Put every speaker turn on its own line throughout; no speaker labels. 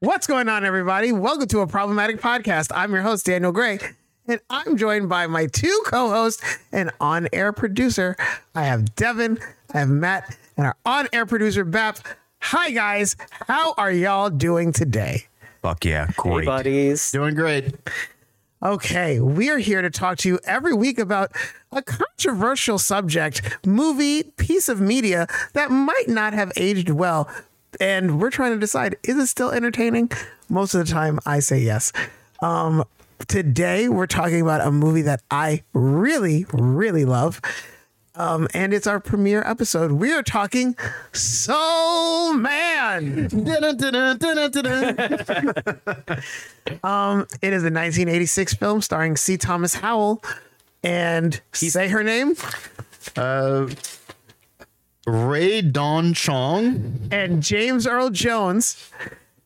What's going on, everybody? Welcome to a problematic podcast. I'm your host, Daniel Gray, and I'm joined by my two co hosts and on air producer. I have Devin, I have Matt, and our on air producer, Bap. Hi, guys. How are y'all doing today?
Fuck yeah, great.
buddies.
Doing great.
Okay, we are here to talk to you every week about a controversial subject, movie, piece of media that might not have aged well. And we're trying to decide is it still entertaining? Most of the time, I say yes. Um, today, we're talking about a movie that I really, really love. Um, and it's our premiere episode. We are talking Soul Man.
Dun, dun, dun, dun, dun, dun.
It is a 1986 film starring C. Thomas Howell and say her name
Ray Don Chong.
and James Earl Jones.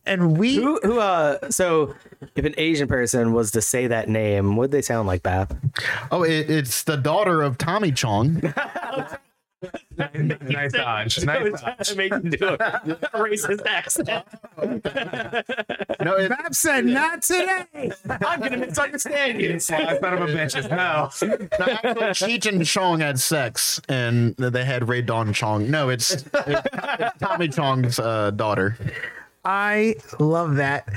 And we,
Who, who, uh, so if an Asian person was to say that name, would they sound like Bap?
Oh, it, it's the daughter of Tommy Chong.
Nice dodge. Nice dodge.
make them do a racist accent.
No, it,
Bab said, not today.
I'm gonna misunderstand you.
Sly son of a bitch as hell.
no, actually, Cheech and Chong had sex, and they had Ray Don Chong. No, it's, it's, it's Tommy Chong's uh, daughter.
I love that.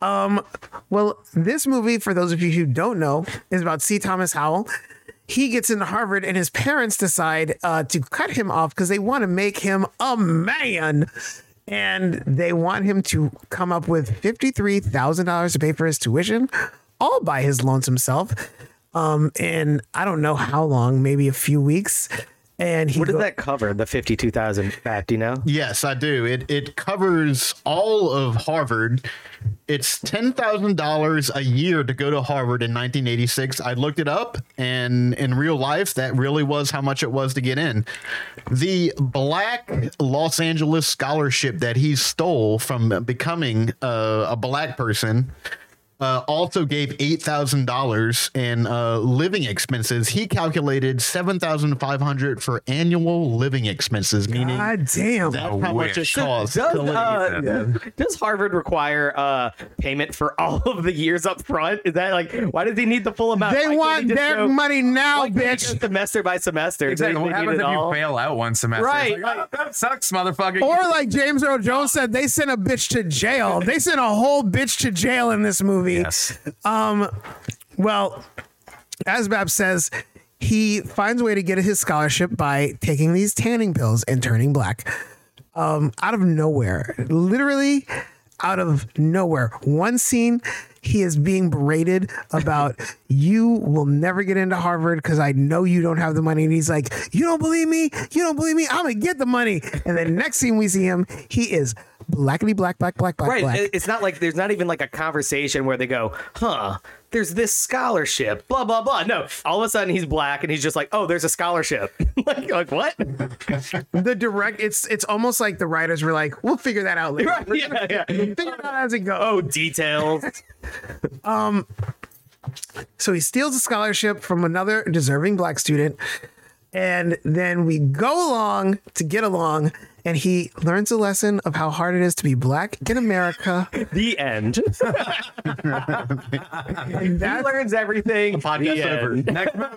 Um, well, this movie, for those of you who don't know, is about C. Thomas Howell. He gets into Harvard, and his parents decide uh, to cut him off because they want to make him a man. And they want him to come up with $53,000 to pay for his tuition, all by his lonesome self. Um, and I don't know how long, maybe a few weeks. And he
What did
go-
that cover? The fifty-two thousand Bap? Do you know?
Yes, I do. It it covers all of Harvard. It's ten thousand dollars a year to go to Harvard in 1986. I looked it up, and in real life, that really was how much it was to get in. The Black Los Angeles scholarship that he stole from becoming uh, a black person uh, also gave eight thousand dollars in uh, living expenses. He calculated seven thousand five hundred for annual living expenses, meaning
God "Ah, damn.
that's how much it
wish.
costs.
Does,
to live.
uh, does Harvard require uh, payment for all of the years up front? Is that like why does he need the full amount?
they
Why can't
want
he just
their
go-
money now,
why can't he
bitch.
go semester by semester. Do
Exactly.
they
What
need
happens
it
if you
all?
fail out one semester?
Right,
It's like,
right.
"Oh, that sucks, motherfucker.
Or like James Earl Jones said, they sent a bitch to jail. They sent a whole bitch to jail in this movie.
yes.
Well, as Bab says, he finds a way to get his scholarship by taking these tanning pills and turning black. Um, out of nowhere, literally out of nowhere. One scene, he is being berated about you will never get into Harvard because I know you don't have the money. And he's like, You don't believe me? You don't believe me? I'm gonna get the money. And then next scene we see him, he is blackety black, black, black, black,
Right.
black.
it- It's not like there's not even like a conversation where they go, huh, there's this scholarship, blah, blah, blah. No, all of a sudden he's black and he's just like, oh, there's a scholarship. like, like, what?
the direct it's it's almost like the writers were like we'll figure that out later
Right, yeah, yeah.
figure it out as it goes
Oh, details.
so he steals a scholarship from another deserving black student and then we go along to get along and he learns a lesson of how hard it is to be black in america
the end.
and
he
that's,
learns everything.
Podcast
the end.
over.
Next movie.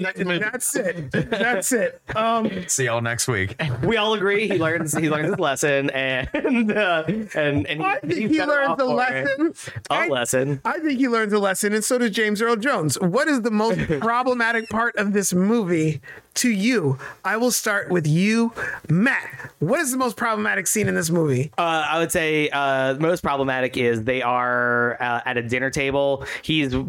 Next minute.
that's it that's it um
See y'all next week.
We all agree he learns he learns his lesson and uh, and and
i
he's
think he
better
learned
off
the
for it.
lesson
A
I-
lesson.
I think he learns a lesson, and so does James Earl Jones. What is the most problematic part of this movie to you? I will start with you, Matt. What is the most problematic scene in this movie?
Uh, I would say uh, most problematic is they are uh, at a dinner table. He's uh,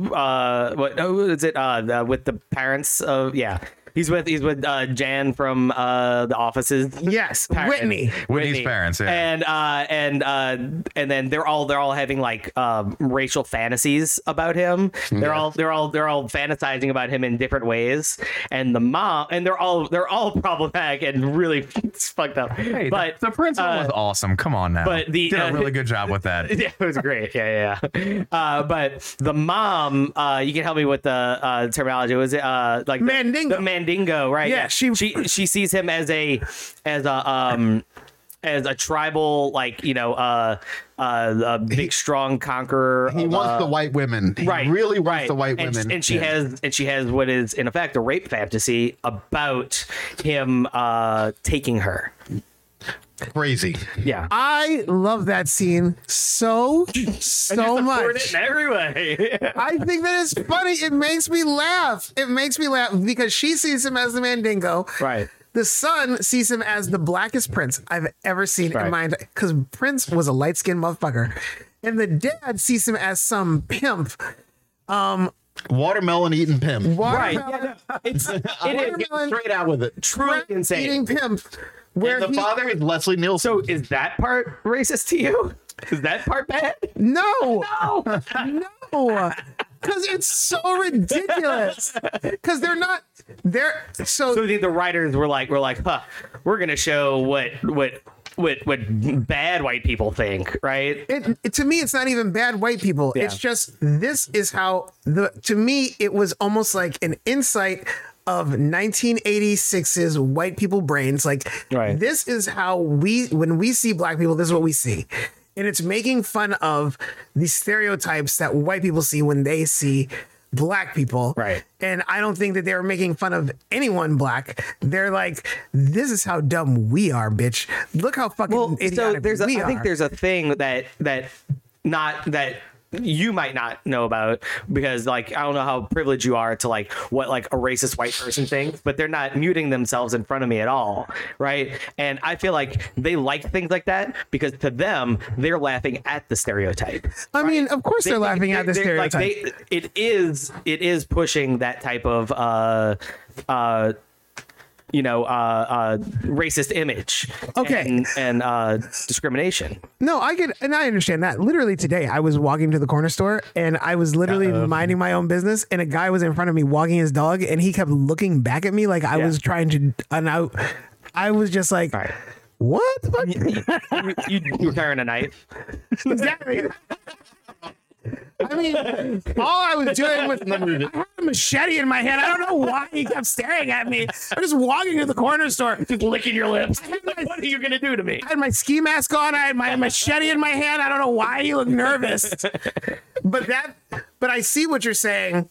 what oh, is it uh, the, with the parents of yeah. He's with he's with uh, Jan from uh, the offices.
yes,
parents.
Whitney.
Whitney's parents, yeah.
And uh, and uh, and then they're all they're all having like um, racial fantasies about him. They're all they're all they're all fantasizing about him in different ways. And the mom and they're all they're all problematic and really fucked up.
Hey,
but
the, the principal
uh,
was awesome. Come on now.
but the-
did
uh,
a really good job with that.
yeah, it was great. Yeah, yeah. yeah. Uh, but the mom, uh, you can help me with the uh, terminology. Was it uh, like the-
Mandingo.
The, mandingo, right?
Yeah, she-
she she sees him as a as a um as a tribal, like you know, uh, uh, a big strong conqueror.
He
of,
wants
uh,
the white women. He
right
really wants
right.
the white
and,
women.
and she
Yeah.
has and she has what is in effect a rape fantasy about him uh taking her
crazy.
yeah
I love that scene so so much.
in every way
I think that it's funny. It makes me laugh. It makes me laugh because she sees him as the Mandingo.
right
The son sees him as the blackest prince I've ever seen in
Right.
my because Prince was a light skinned motherfucker, and the dad sees him as some pimp.
Watermelon eating pimp.
right
Watermelon,
yeah, no, it's it is
watermelon
Straight out with it.
truly insane
eating pimp. Where
And the
he,
father is Leslie Nielsen.
so is that part racist to you is that part bad
no,
no
no, because it's so ridiculous. Because they're not they're
so the, the writers were like we're like huh we're gonna show what what what what bad white people think right
it, it- to me it's not even bad white people
Yeah.
it's just this is how the to me it was almost like an insight of 1986's white people brains like
Right.
this is how we when we see black people this is what we see and it's making fun of the stereotypes that white people see when they see black people
Right.
and i don't think that they were making fun of anyone black they're like this is how dumb we are bitch look how fucking
well
idiotic
so there's a,
we
I think
are."
there's a thing that that not that you might not know about because like i don't know how privileged you are to like what like a racist white person thinks but they're not muting themselves in front of me at all right and i feel like they like things like that because to them they're laughing at the stereotype
I mean, of course they, are
they-
laughing at the
they're-
stereotype.
Like they, it is it is pushing that type of uh uh you know uh uh racist image
Okay.
and, and uh discrimination
no, I get, and I understand that. Literally today, I was walking to the corner store, and I was literally minding my own business, and a guy was in front of me walking his dog, and he kept looking back at me like I
Yeah.
was trying to, and I, I was just like,
Right.
what? the fuck?"
you, you, you're carrying a knife
exactly. I mean, all I was doing was I had a machete in my hand. I don't know why he kept staring at me. I'm just walking to the corner store, just licking your lips.
what are you gonna do to me
I had my ski mask on. I had my machete in my hand. I don't know why he looked nervous. but that, but I see what you're saying.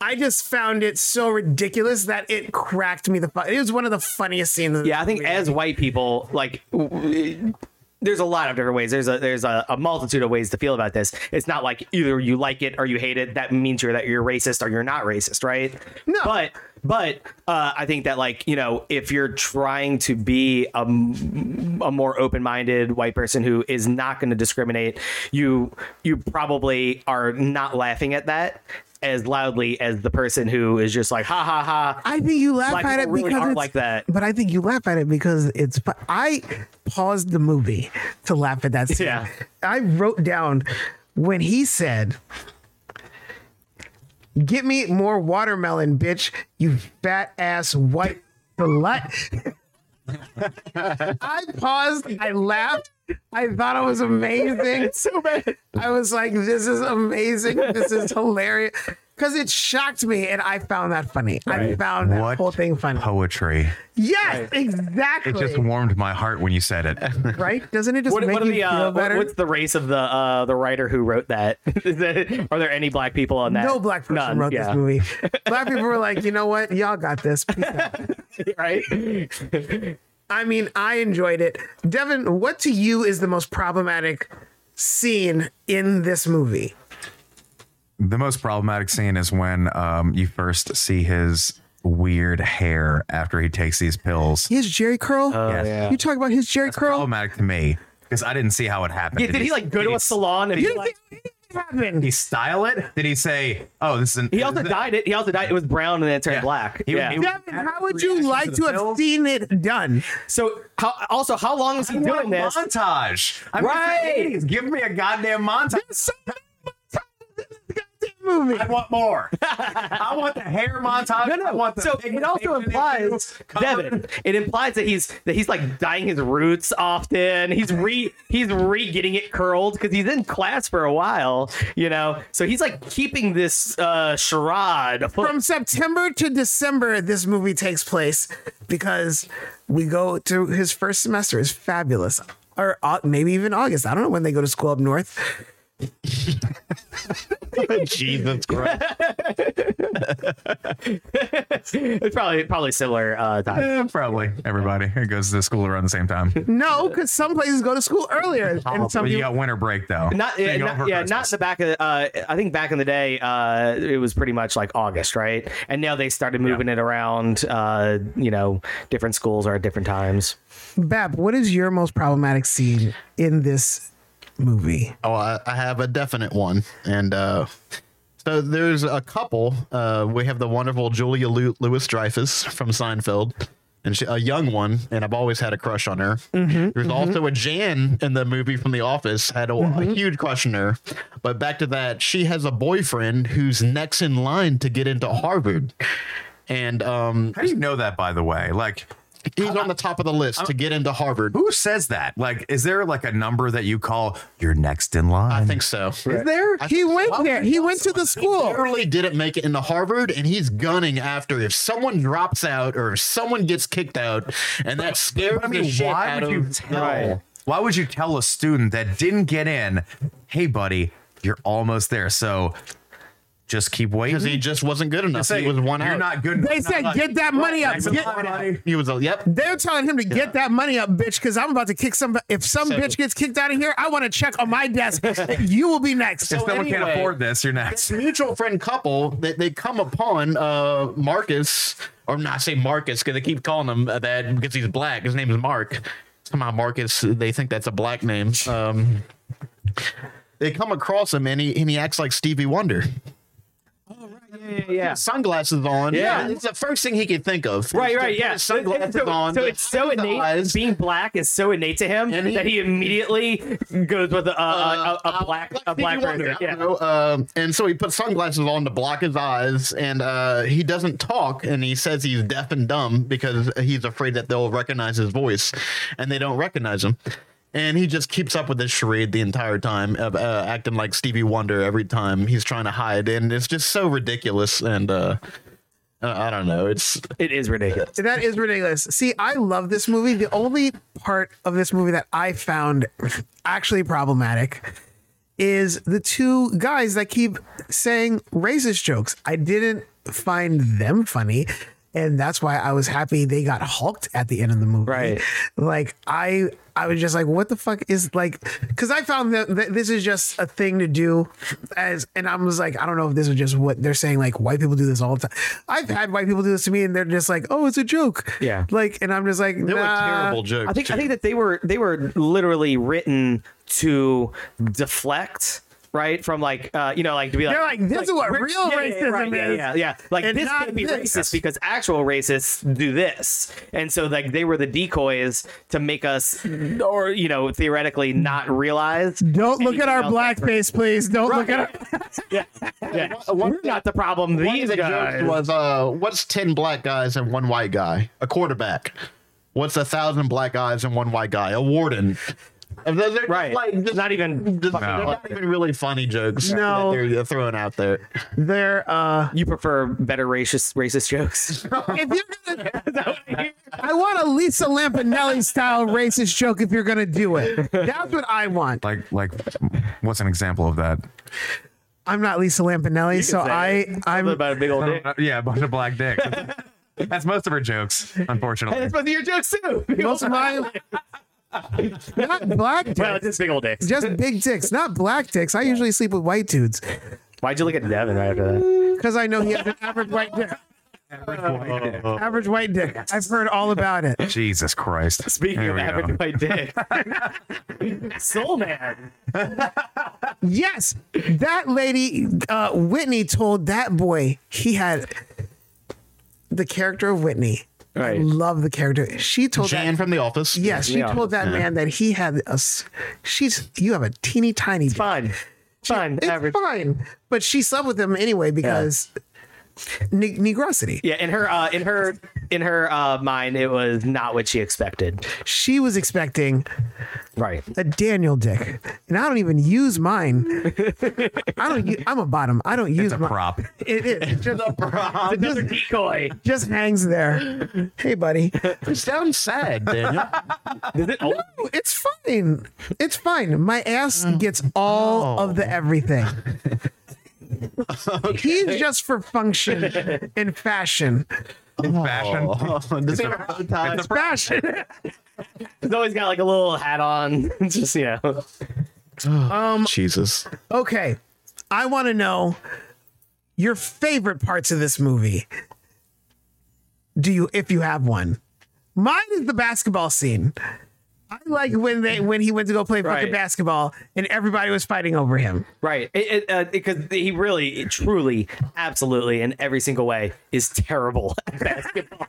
I just found it so ridiculous that it cracked me the. Fu- it was one of the funniest scenes. of the
yeah i think
movie.
as white people like w- w- there's a lot of different ways there's a there's a, a multitude of ways to feel about this it's not like either you like it or you hate it that means you're that you're racist or you're not racist right
No.
but but uh, i think that like you know if you're trying to be a, m- a more open-minded white person who is not going to discriminate you you probably are not laughing at that as loudly as the person who is just like ha ha ha
I think you laugh
Black
at it
people really
because
aren't
it's
like that.
But I think you laugh at it because it's. fu- I paused the movie to laugh at that scene.
Yeah.
I wrote down when he said, "Get me more watermelon, bitch! You fat ass white slut." I paused. I laughed. I thought it was amazing.
so bad
I was like, this is amazing. This is hilarious. Because it shocked me and I found that funny. I found that
What
whole thing funny.
Poetry.
Yes,
It
exactly.
just warmed my heart when you said it.
right? Doesn't it just
What,
make
what are
you
the,
feel
uh, what-
better?
what's the race of the uh, the writer who wrote that? Is that- Are there any black people on that?
no black person
None,
wrote
yeah.
this movie. Black people were like, you know what? Y'all got this. Peace out.
right?
I mean, I enjoyed it. Devin, what to you is the most problematic scene in this movie?
The most problematic scene is when um, you first see his weird hair after he takes these pills.
His Jerry Curl?
Oh,
Yes.
You talk about his Jerry Curl?
Problematic to me because I didn't see how it happened.
Yeah, did he like go to a salon and
You
he,
didn't
like,
think anything happened.
He style it? Did he say, "Oh, this is"? An,
he also dyed it. He also dyed it was brown and then it turned
Yeah.
black.
He-
yeah.
he-
Devin, how would you
Reaction
like
to
to
the
have
pills?
seen it done?
so how, also how long is he
I want
doing
a
this?
montage. I'm
Right.
Give me a goddamn montage.
so many montages in this goddamn movie.
I want more. I want the hair montage.
No,
I
no.
want the
So it also
pigmentation
implies
issues covered.
Devin. It implies that he's that he's like dyeing his roots often. He's re he's re getting it curled because he's in class for a while. You know, so he's like keeping this uh charade afloat.
From September to December, this movie takes place because we go to his first semester. is fabulous. Or uh, maybe even August. I don't know when they go to school up north.
Jesus Christ.
it's probably probably similar uh time.
Eh, probably everybody who goes to school around the same time.
No, because some places go to school earlier. And some
But you
people,
got winter break though.
Not,
They
uh,
go
not
over
yeah, not
Christmas.
in the back of. Uh, I think back in the day, uh, it was pretty much like August, right? And now they started moving it around. Uh, you know, different schools are at different times.
Bab, what is your most problematic scene in this movie?
Oh, I, I have a definite one. And uh, so there's a couple. Uh, we have the wonderful Julia Lewis Dreyfus from Seinfeld, and she, a young one. And I've always had a crush on her. there's also a Jan in the movie from The Office, had a, a huge crush on her. But back to that, she has a boyfriend who's next in line to get into Harvard. And um,
How do you know that, by the way? Like,
he's on the top of the list to get into Harvard.
who says that? Like, is there like a number that you call? You're next in line.
I think so.
Is there? He went
Well,
there. He went to the school.
barely didn't make it into Harvard, and he's gunning after if someone drops out or if someone gets kicked out, and that scares
I mean,
the shit
why
out
would you
of
tell? Why would you tell a student that didn't get in? Hey, buddy, you're almost there. So just keep waiting.
because he just wasn't good enough.
Say,
he was one
You're
out.
not good.
They
enough.
said,
Not
get that money up.
next in
Get-
line, buddy.
He was a yep.
They're telling him to get that money up, bitch, because I'm about to kick some. If some
So-
bitch gets kicked out of here, I want to check on my desk. you will be next.
If someone can't
anyway-
afford this, you're next.
Mutual friend couple that they come upon uh, Marcus, or not I say Marcus because they keep calling him that because he's black. His name is Mark. Somehow Marcus, they think that's a black name. Um, they come across him and he and he acts like Stevie Wonder.
Yeah, yeah.
sunglasses on.
Yeah.
it's the first thing he could think of.
Right,
He's
right,
got
yeah.
his Sunglasses
so,
on.
So it's so
behind the
innate.
eyes.
Being black is so innate to him
And he-
that he immediately goes with a, a, a, a
Uh,
black
like
a
Stevie
black
Wonder,
person.
I don't
Yeah.
know. Um, and so he puts sunglasses on to block his eyes, and uh, he doesn't talk, and he says he's deaf and dumb because he's afraid that they'll recognize his voice, and they don't recognize him. And he just keeps up with this charade the entire time of uh, acting like Stevie Wonder every time he's trying to hide, and it's just so ridiculous. And uh, uh, I don't know, it's
It is ridiculous.
That is ridiculous. See, I love this movie. The only part of this movie that I found actually problematic is the two guys that keep saying racist jokes. I didn't find them funny. And that's why I was happy they got hulked at the end of the movie.
Right.
Like I I was just like, what the fuck is like because I found that, that this is just a thing to do as and I was like, I don't know if this is just what they're saying, like white people do this all the time. I've had white people do this to me and they're just like, Oh, it's a joke.
Yeah.
Like and I'm just like
they were
nah.
terrible jokes.
I think
too.
I think that they were they were literally written to deflect. Right from like uh, you know like to be like
They're like, this is what real racism
right, yeah,
is,
yeah yeah like
and
this
not
can't be
this.
racist because actual racists do this and so like they were the decoys to make us or you know theoretically not realize
Don't look at our
anything else.
blackface, please. Don't look at our
yeah, yeah.
Uh, one-
We're not the problem.
One of
These
the
guys.
jokes was uh, what's ten black guys and one white guy? A quarterback. What's a thousand black guys and one white guy? A warden. And they're- they're just
right.
Like, just,
not even.
just- they're not even really funny jokes.
No.
that they're, they're throwing out there.
their uh
You prefer better racist racist
if
jokes.
you're gonna, I want a Lisa Lampanelli style racist joke if you're gonna do it. That's what I want.
Like, like, what's an example of that?
I'm not Lisa Lampanelli, so
say
I
it.
I'm
about a big old dick.
Yeah, a bunch of black dicks. That's most of her jokes, unfortunately.
That's both of your jokes too. Big
most of
old-
my not black dicks,
well, just big old dicks.
just big dicks, not black dicks. I usually sleep with white dudes
Why'd you look at Devin right after that?
because I know he has an average white dick. Average white dick. I've heard all about it.
Jesus Christ.
Speaking
Here
of
we
average
go.
white dick, Soul Man.
Yes, that lady uh, Whitney told that boy he had the character of Whitney. I
Right.
love the character. She told that-
Jan from the office.
Yes, she
Yeah.
told that man that he had a. s- She's you have a teeny tiny. dick.
Fine. fine,
it's
average.
fine. But she slept with him anyway because ne- negrosity.
Yeah, in her uh, in her in her uh, mind, it was not what she expected.
She was expecting
Right.
a Daniel dick, and I don't even use mine. I don't. u- I'm a bottom. I don't use
It's a
my-
prop.
It, it, it just, it
Another
just,
decoy.
just hangs there. Hey, buddy.
It sounds sad, Daniel.
Oh, It's fine. It's fine. My ass gets all of the everything. He's just for function and fashion.
Fashion.
Oh, Does he have a bow tie?
It's a prop.
Fashion.
He's always got like a little hat on. Just you know.
Jesus.
Okay. I want to know your favorite parts of this movie. Do you if you have one? Mine is the basketball scene. I like when they when he went to go play fucking
Right.
basketball and everybody was fighting over him.
Right. It, it, uh, because he really, truly, absolutely, in every single way, is terrible at basketball.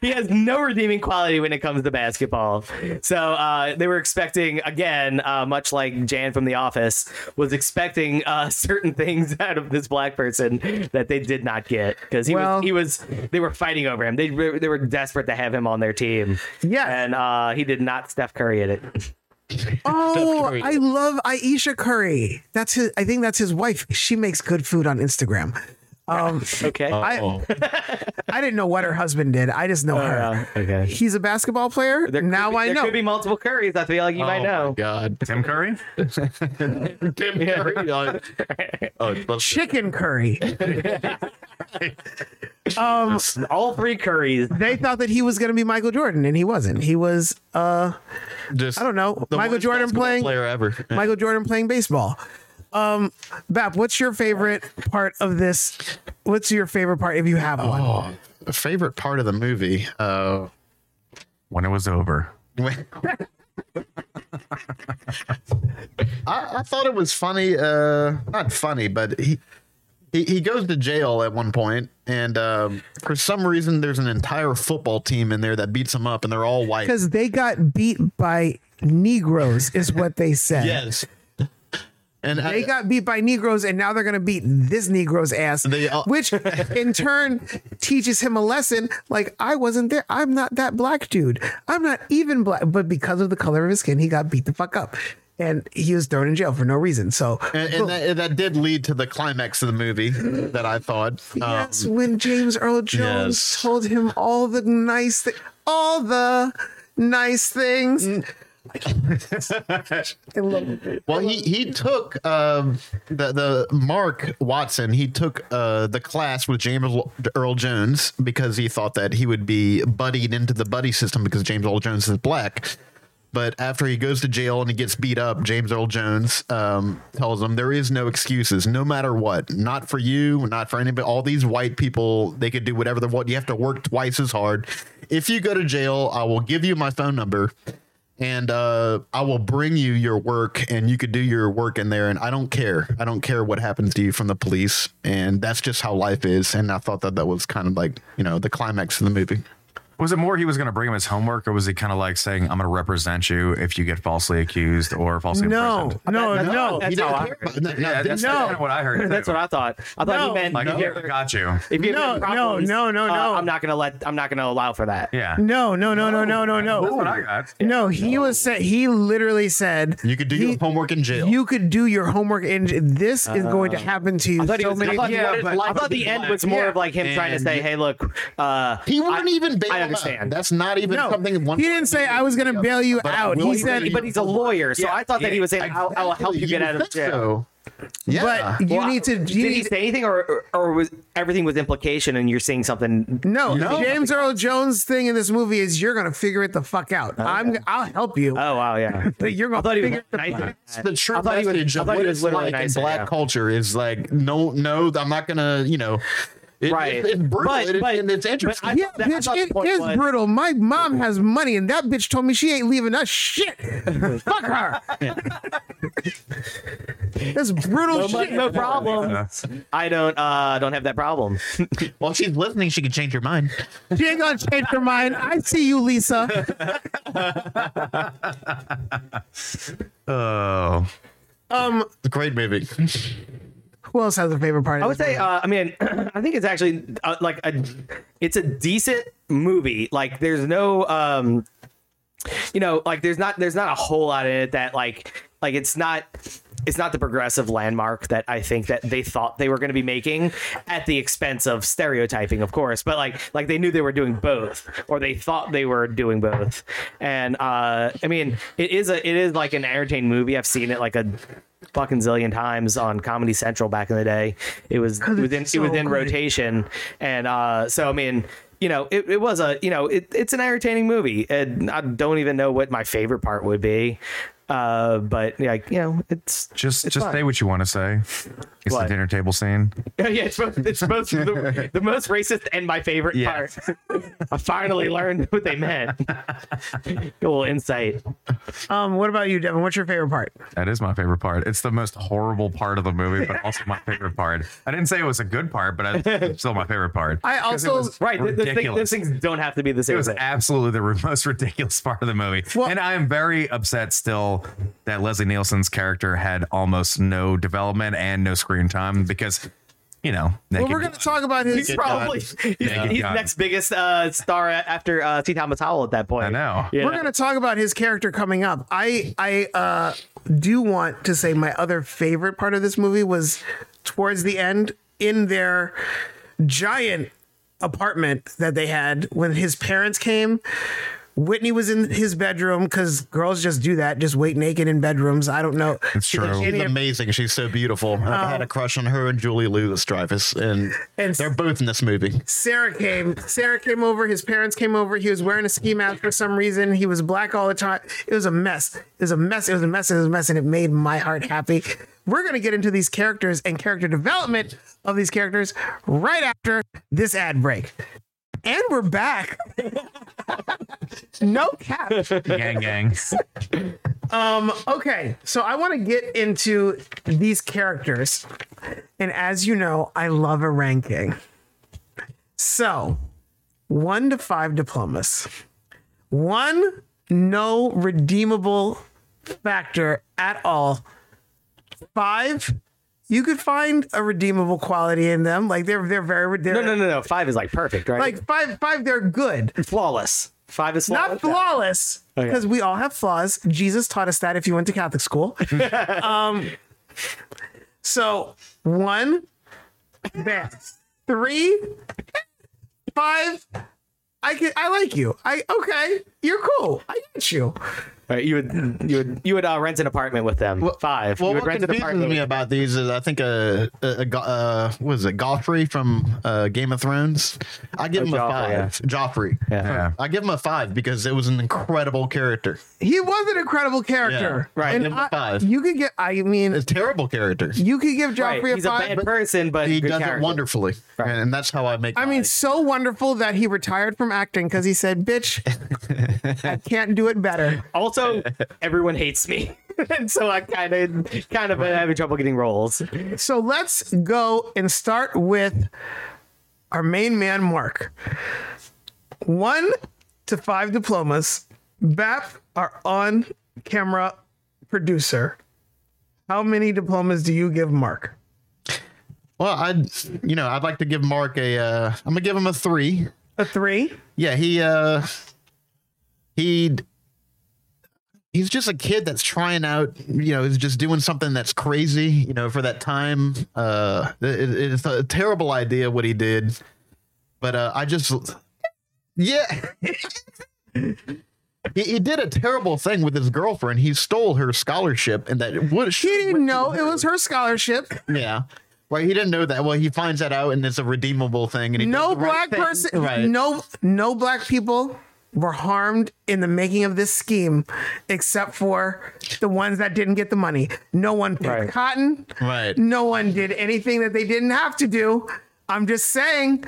he has no redeeming quality when it comes to basketball. So uh, they were expecting, again, uh, much like Jan from The Office, was expecting uh, certain things out of this black person that they did not get because he
Well-
was he was they were fighting over him. They were- they were desperate to have him on their team.
Yes.
And uh, he did not Steph Curry at it.
Oh,
Curry.
I love Aisha Curry. That's his I think that's his wife. She makes good food on Instagram. Um
Okay.
Oh.
I didn't know what her husband did. I just know her.
okay.
He's a basketball player.
There could
now
be-
I
there
know.
could be multiple curries. I feel like
Oh
you might know.
God.
Tim Curry.
Tim Curry. uh, oh, but
Chicken curry. um
All three curries.
they thought that he was going to be Michael Jordan, and he wasn't. He was, uh,
just
I don't know,
the
Michael
worst
Jordan
basketball
playing
player ever.
Michael Jordan playing baseball. Um, Bap, what's your favorite part of this? What's your favorite part if you have one?
Oh, favorite part of the movie. Uh,
When it was over.
when- I, I thought it was funny. Uh, not funny, but he, he he goes to jail at one point, and um, for some reason, there's an entire football team in there that beats him up, and they're all white.
Because they got beat by Negroes, is what they said.
Yes, and
They
I,
got beat by Negroes, and now they're going to beat this Negro's ass,
They all-
which in turn teaches him a lesson. Like I wasn't there. I'm not that black dude. I'm not even black. But because of the color of his skin, he got beat the fuck up, and he was thrown in jail for no reason. So
and, and that, that did lead to the climax of the movie that I thought. Um,
yes, when James Earl Jones
yes.
told him all the nice, thi- all the nice things. I love it.
Well, he he took um, the the Mark Watson. He took uh, the class with James Earl Jones because he thought that he would be buddied into the buddy system because James Earl Jones is black. But after he goes to jail and he gets beat up, James Earl Jones um, tells him there is no excuses, no matter what. Not for you, not for anybody. All these white people, they could do whatever they want. You have to work twice as hard. If you go to jail, I will give you my phone number and uh, I will bring you your work, and you could do your work in there. And I don't care. I don't care what happens to you from the police. And that's just how life is. And I thought that that was kind of like you know the climax of the movie.
Was it more he was going to bring him his homework, or was he kind of like saying, "I'm going to represent you if you get falsely accused or falsely
No,
imprisoned"?
no,
That's-
no.
that's
He
how
didn't
I
care
heard.
about- no, no,
Yeah, that's
this-
No.
kind of what I heard.
That's
too.
what I thought. I thought
No.
he meant
Like,
if
"Oh,
you're-
got you.
if you
No,
have
no,
problems,
no, no,
uh,
no.
I'm not gonna let. I'm not gonna allow for that.
Yeah.
No, no, no, no, no, no, no.
That's what I got.
No, he was said. He literally said,
You could do your
he-
homework in jail.
You could do your homework in. This is going to happen to you.
I thought, he
so
was, I
many.
thought, he
Yeah,
wanted-
but-
I thought the end was more of like him trying to
And-
say, "Hey, look, uh,
he wouldn't
I-
even bail.
I
him out.
understand.
That's not even
No,
something. One
he didn't say I was going to bail you
But I
out.
will
He
bail
said,
you
but he's a lawyer, so
Yeah.
I thought that he was saying, I'll, I'll help you get out of
think
jail."
so. Yeah.
but you
Well,
need to.
Did
You
he
need,
say anything, or or, or was everything was implication, and you're seeing something?
no,
No.
James Earl Jones thing in this movie is you're going to figure it the fuck out. I'm. I'll help you.
Oh wow, yeah.
but you're
I
going to
thought he
figure
was
it the
nice.
fuck out.
That's the true
I thought he was-
message
I
of
thought
what
he was
it's
literally
like in
nicer,
black
yeah.
culture is like no, no, I'm not gonna, you know, it,
Right.
It's, it's brutal
But-
and,
but-
and it's
but
interesting.
I-
Yeah,
that-
bitch,
thought the
it
point
is
was-
brutal. My mom has money, and that bitch told me she ain't leaving us shit. Fuck her. That's brutal shit.
No problem. I don't. Uh, don't have that problem.
While she's listening, she can change her mind.
She ain't gonna change her mind. I see you, Lisa.
Oh,
Um,
Great movie.
Who else has a favorite part? Of
I would say, uh, I mean, I think it's actually uh, like a, it's a decent movie. Like, there's no, um, you know, like there's not there's not a whole lot in it that like like it's not it's not the progressive landmark that I think that they thought they were going to be making at the expense of stereotyping, of course. But like like they knew they were doing both, or they thought they were doing both. And uh, I mean, it is a it is like an entertaining movie. I've seen it like a fucking zillion times on Comedy Central back in the day. It was
it's
within it was
so
in
great.
rotation, and uh, so I mean. You know, it, it was a you know it, it's an entertaining movie, and I don't even know what my favorite part would be, uh, but like you know, it's
Just
it's
just
fine.
say what you want to say. It's
What?
the dinner table scene.
Yeah, yeah, it's both, it's both the, the most racist and my favorite
Yes.
part. I finally learned what they meant. cool insight.
um, what about you, Devin? What's your favorite part?
That is my favorite part. It's the most horrible part of the movie, but also my favorite part. I didn't say it was a good part, but I, it's still my favorite part.
I
'Cause it
also-
was
Right. th- th- thi-
ridiculous.
those things don't have to be the
it
same
was
thing.
absolutely the most ridiculous part of the movie.
Well-
and I am very upset still that Leslie Nielsen's character had almost no development and no screen time because, you know,
Well,
naked
we're going to talk about his.
He's probably he's, he's
God.
next biggest uh, star a- after uh, T. Thomas Howell at that point.
I know.
Yeah.
We're going to talk about his character coming up. I I uh, do want to say my other favorite part of this movie was towards the end in their giant apartment that they had when his parents came. Whitney was in his bedroom because girls just do that, just wait naked in bedrooms. I don't know.
It's true.
She's amazing. She's so beautiful. I
Um,
had a crush on her and Julie Louis Dreyfus, and,
And-
they're both in this movie.
Sarah came. Sarah came over. His parents came over. He was wearing a ski mask for some reason. He was black all the time. It was a mess. It was a mess. It was a mess. It was a mess. And it made my heart happy. We're going to get into these characters and character development of these characters right after this ad break. And we're back. no cap.
gang gang.
Okay, so I want to get into these characters. And as you know, I love a ranking. So, one to five diplomas. One, no redeemable factor at all. Five, you could find a redeemable quality in them. Like they're they're very they're,
No, no, no, no. Five is like perfect, right?
like five five they're good
flawless. Five is flawless.
not flawless
Okay.
because we all have flaws. Jesus taught us that if you went to Catholic school. um, so one, bad. Three, five. I can, I like you. I okay. You're cool. I get you.
Right, you would you would you would uh, rent an apartment with them. Five.
Well,
you would
what
rent an
confuses
apartment.
me
with-
about these is I think a, uh uh Go- uh, what is it Godfrey from uh, Game of Thrones. I give him a
Oh, Joffrey,
five.
yeah.
Joffrey.
Yeah.
I give him a five because it was an incredible character,
He was an incredible character.
Yeah, right.
And
Give him a
I-
five.
You could get. I mean,
a terrible character.
you could give
Right.
Joffrey a
He's a
five.
bad
but
person, but
He
good
does
character.
it wonderfully, and that's how I make.
I mean,
my-
so wonderful that he retired from acting because he said, "Bitch, I can't do it better."
Also, everyone hates me, and so I kind of kind of been having trouble getting roles.
So let's go and start with our main man, Mark. One to five diplomas. BAP, our on camera producer. How many diplomas do you give Mark?
well, I'd you know I'd like to give Mark a. Uh, I'm gonna give him a three.
A three?
Yeah, he uh he he's just a kid that's trying out, you know, he's just doing something that's crazy, you know, for that time. Uh it, it's a terrible idea what he did. But uh I just yeah. He, he did a terrible thing with his girlfriend. He stole her scholarship, and that would
He didn't know it was her scholarship.
yeah, right. He didn't know that. Well, he finds that out, and it's a redeemable thing. And he
No
does the right
black
thing.
person,
right?
no, no black people were harmed in the making of this scheme, except for the ones that didn't get the money. No one picked
Right.
cotton.
right.
no one did anything that they didn't have to do. I'm just saying,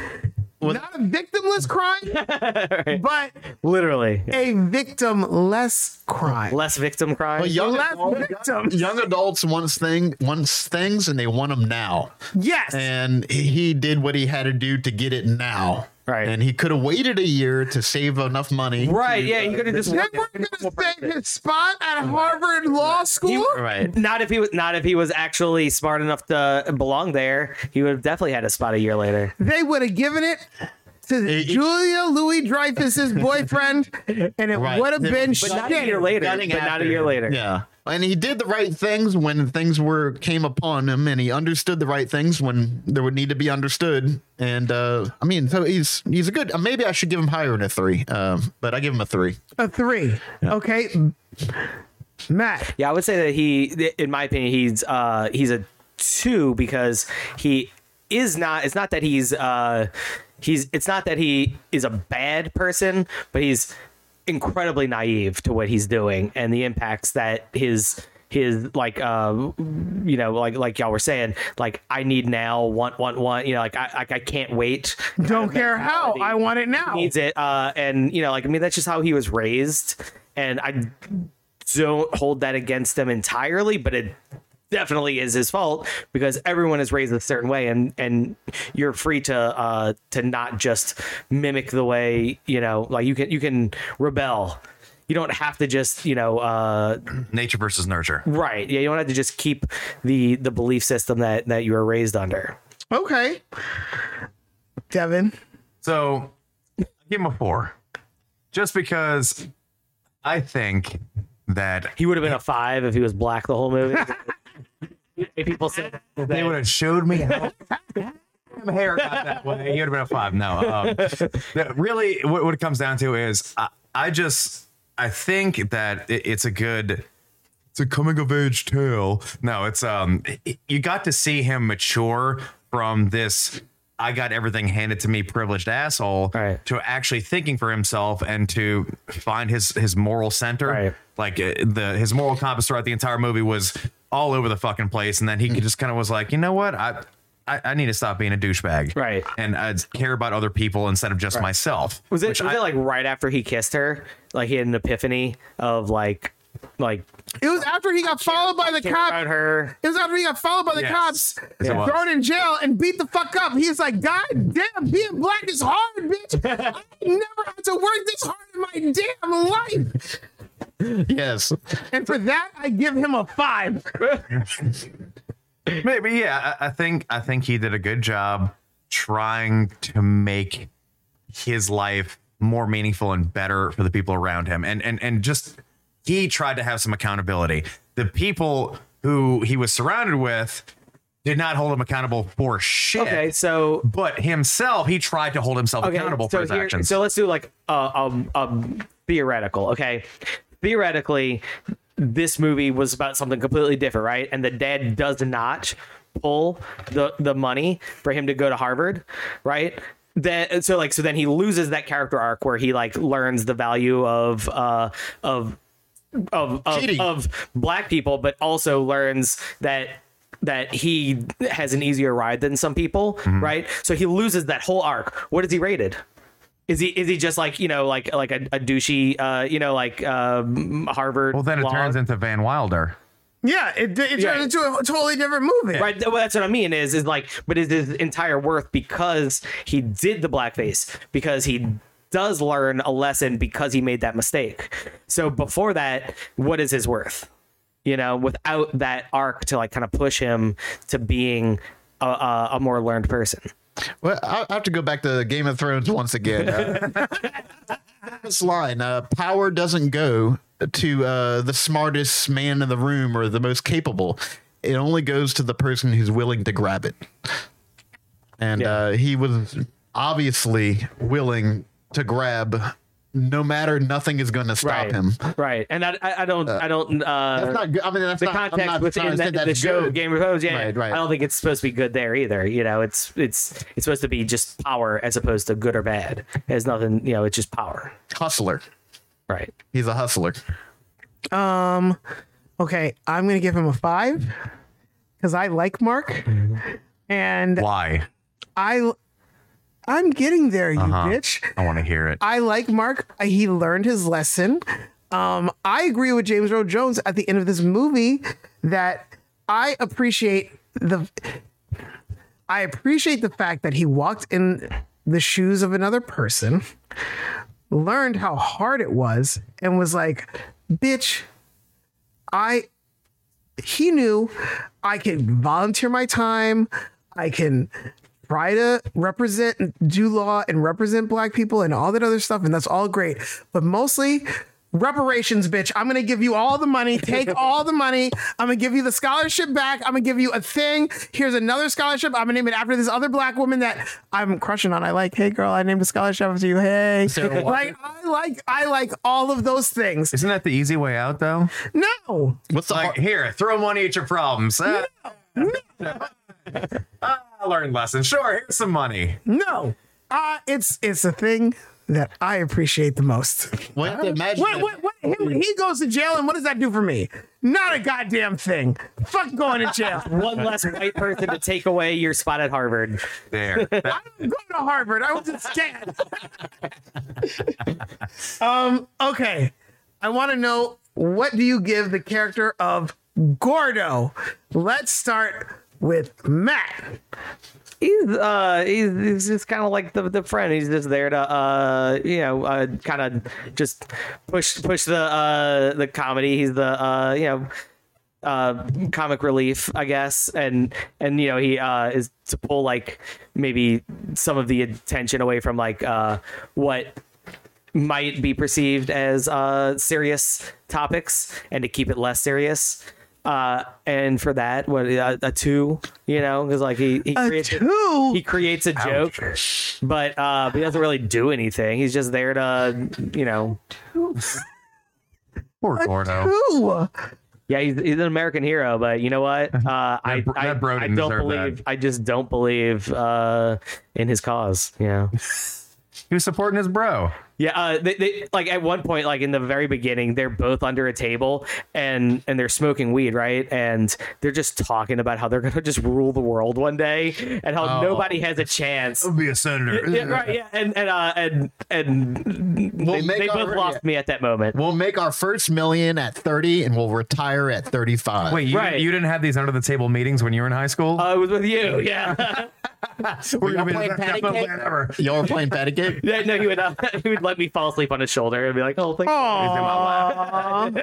not a victimless crime, but
Literally,
a victimless crime.
less victim crime.
But young
Less
adults,
victim.
young adults wants thing wants things and they want them now.
Yes,
And he did what he had to do to get it now.
Right.
And he could have waited a year to save enough money.
Right.
to-
Yeah, he could have just
Then
worked
we're
it.
gonna save his spot at Harvard Law School.
Right.
Not if he was not if he was actually smart enough to belong there, he would have definitely had a spot a year later.
They would have given it to
It-
Julia Louis Dreyfus's boyfriend, and it
Right.
would have
But
been
not
shit.
Not a year later,
Gunning
but not
after
a year
him.
later.
Yeah. And he did the right things when things were came upon him and he understood the right things when there would need to be understood. And uh I mean, so he's he's a good uh, maybe I should give him higher than a three. Um, but I give him a three.
A three. Okay. Matt,
Yeah, I would say that he, in my opinion, he's uh, he's a two because he is not. It's not that he's uh, he's. It's not that he is a bad person, but he's incredibly naive to what he's doing and the impacts that his his like uh you know like like y'all were saying like i need now want want want you know like i like i can't wait
don't care how. I want it now.
needs it. Uh, and you know, like I mean, that's just how he was raised, and I don't hold that against him entirely, but it definitely is his fault because everyone is raised a certain way, and and you're free to uh to not just mimic the way you know, like you can you can rebel. You don't have to just, you know, uh,
Nature versus nurture.
right. Yeah, you don't have to just keep the the belief system that that you were raised under.
Okay. Devin.
So I give him a four. Just because I think that
He would have been a five if he was black the whole movie. If people said
they would have showed me how damn hair got that way. He would have been a five. No, um, that really, what, what it comes down to is I, I just I think that it, it's a good. It's a coming of age tale. No, it's um, you got to see him mature from this. I got everything handed to me, privileged asshole,
Right.
to actually thinking for himself and to find his his moral center
Right.
like uh, the his moral compass throughout the entire movie was all over the fucking place and then
Mm-hmm.
he just kind of was like you know what I, I i need to stop being a douchebag
Right.
and i care about other people instead of just myself
Was it
which
was
I-
it like right after he kissed her? Like he had an epiphany of like like
It was after he got followed by the
care about
cop.
her.
It was after he got followed by the
Yes.
cops,
Yes, it was.
thrown in jail, and beat the fuck up. He's like, God damn, being black is hard, bitch. I never had to work this hard in my damn life.
Yes.
And for that, I give him a five.
maybe yeah I, I think i think he did a good job trying to make his life more meaningful and better for the people around him and and and just he tried to have some accountability the people who he was surrounded with did not hold him accountable for shit
Okay, so
but himself he tried to hold himself
okay,
accountable
so
for his
here-
actions
So let's do like a a, a theoretical. Okay, theoretically, this movie was about something completely different, right? And the dad does not pull the the money for him to go to Harvard, right? Then so like so then he loses that character arc where he like learns the value of uh of of of,
Cheating.
of black people, but also learns that that he has an easier ride than some people,
Mm-hmm.
right? So he loses that whole arc. What is he rated? Is he is he just like you know like like a, a douchey uh, you know like um, Harvard?
well then it
law?
turns into van wilder
Yeah, it, it turned
Yeah.
into a totally different movie.
right. th- Well, that's what I mean. Is is like, but is his entire worth because he did the blackface because he does learn a lesson because he made that mistake. So before that, what is his worth? You know, without that arc to like kind of push him to being a, a, a more learned person.
Well, I I have to go back to Game of Thrones once again. Uh, this line: uh, "Power doesn't go to uh, the smartest man in the room or the most capable. It only goes to the person who's willing to grab it." And
Yeah.
uh, he was obviously willing to grab, no matter nothing is going to stop
right.
him.
Right. And I I, I don't I don't. Uh,
That's not good. I mean, that's
the
not, I'm
context
not
within
trying to say
the, the
that's
show
good.
Game of Thrones. Yeah,
Right, right.
I don't think it's supposed to be good there either. You know, it's it's it's supposed to be just power as opposed to good or bad. It has nothing. You know, it's just power.
Hustler.
Right.
He's a hustler.
Okay, I'm gonna give him a five because I like Mark, and
why
I, I'm getting there, you
Uh-huh.
bitch.
i want to hear it
I like Mark. He learned his lesson. Um, I agree with James Earl Jones at the end of this movie that I appreciate the I appreciate the fact that he walked in the shoes of another person, learned how hard it was, and was like, bitch, I he knew I can volunteer my time. I can try to represent and do law and represent black people and all that other stuff. And that's all great. But mostly reparations, bitch. I'm going to give you all the money. Take all the money. I'm going to give you the scholarship back. I'm going to give you a thing. Here's another scholarship. I'm going to name it after this other black woman that I'm crushing on. I like, hey, girl, I named a scholarship after you. Hey.
Sarah Walker.
Like, I like, I like all of those things.
Isn't that the easy way out, though?
No.
What's the
Like,
har-
here, throw money at your problems. Uh, I learned lessons. Sure, here's some money.
No. Uh, it's it's a thing that I appreciate the most.
we have to imagine
What, what, what, him, he goes to jail, and what does that do for me? Not a goddamn thing. Fuck going to jail.
One less white person to take away your spot at Harvard.
There. That-
I didn't go to Harvard. I was just scared. um, okay. I want to know what do you give the character of Gordo? Let's start with Matt.
he's uh he's, he's just kind of like the, the friend he's just there to uh you know uh kind of just push push the uh the comedy he's the uh you know uh comic relief i guess and and you know he uh is to pull like maybe some of the attention away from like uh what might be perceived as uh, serious topics and to keep it less serious. Uh, and for that, what a, a two, you know, because like he he
A
creates
two?
he creates a joke, but uh, he doesn't really do anything. He's just there to, you know,
Poor Gordo.
Two.
yeah, he's, he's an American hero. But you know what? Uh, I,
Bro- Uh-huh. that
I,
Broden
I don't
deserved that.
believe. I just don't believe uh, in his cause. You know.
He was supporting his bro.
Yeah, uh, they, they like at one point, like in the very beginning, they're both under a table and and they're smoking weed, right? And they're just talking about how they're gonna just rule the world one day and how
Oh.
nobody has a chance.
Be a senator.
Yeah, right. Yeah, and and uh, and and
We'll
they,
make
they
our-
both lost me at that moment.
We'll make our first million at 30 and we'll retire at 35.
Wait, you,
Right.
you didn't have these under the table meetings when you were in high school?
Uh, it was with you. Yeah.
we're
y'all playing patty cake? Y'all were playing patty cake?
yeah. No, he would uh, he would let me fall asleep on his shoulder and be like, "Oh, thank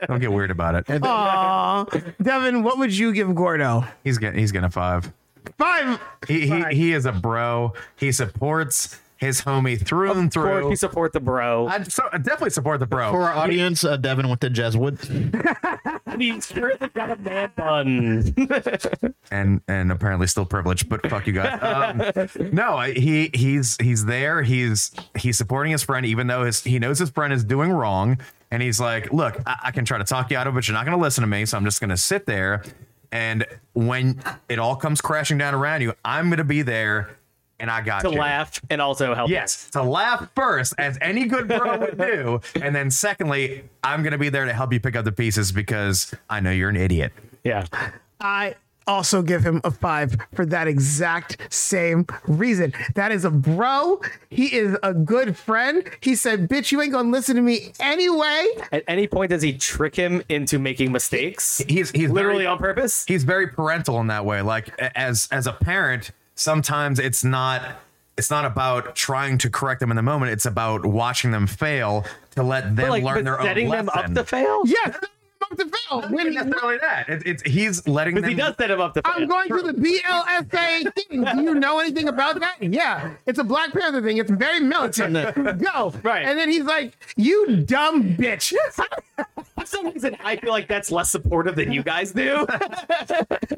Don't get weird about it.
Aw. Devin, what would you give Gordo?
He's gonna he's gonna five.
Five.
He he, he is a bro. He supports his homie through and
Of course,
through.
you support the bro."
I, so, I definitely support the bro.
For our audience, uh, Devin went to Jesuit.
He's certainly got a man bun.
and and apparently still privileged, but fuck you guys. Um, no, I- he he's he's there. He's he's supporting his friend, even though his he knows his friend is doing wrong, and he's like, look, I, I can try to talk you out of it, but you're not going to listen to me, so I'm just going to sit there. And when it all comes crashing down around you, I'm going to be there, and I got
to
you.
laugh and also help.
Yes, to laugh first, as any good bro would do, and then secondly, I'm going to be there to help you pick up the pieces because I know you're an idiot.
Yeah.
I also give him a five for that exact same reason. That is a bro. He is a good friend. He said, Bitch, you ain't gonna listen to me anyway.
At any point, does he trick him into making mistakes?
He's he's
Literally
very-
on purpose?
he's very parental in that way like a- as as a parent sometimes it's not it's not about trying to correct them in the moment it's about watching them fail to let them
Like,
learn
but
their own
setting them up
lesson.
to fail?
Yes, fuck the fail.
Not
When,
necessarily that It- it's he's letting them
Because he does set him up to fail.
I'm going to the BLSA thing. Do you know anything about that? Yeah, it's a Black Panther thing. It's very militant. Go
Right.
and then he's like, "You dumb bitch."
For some reason, I feel like that's less supportive than you guys do.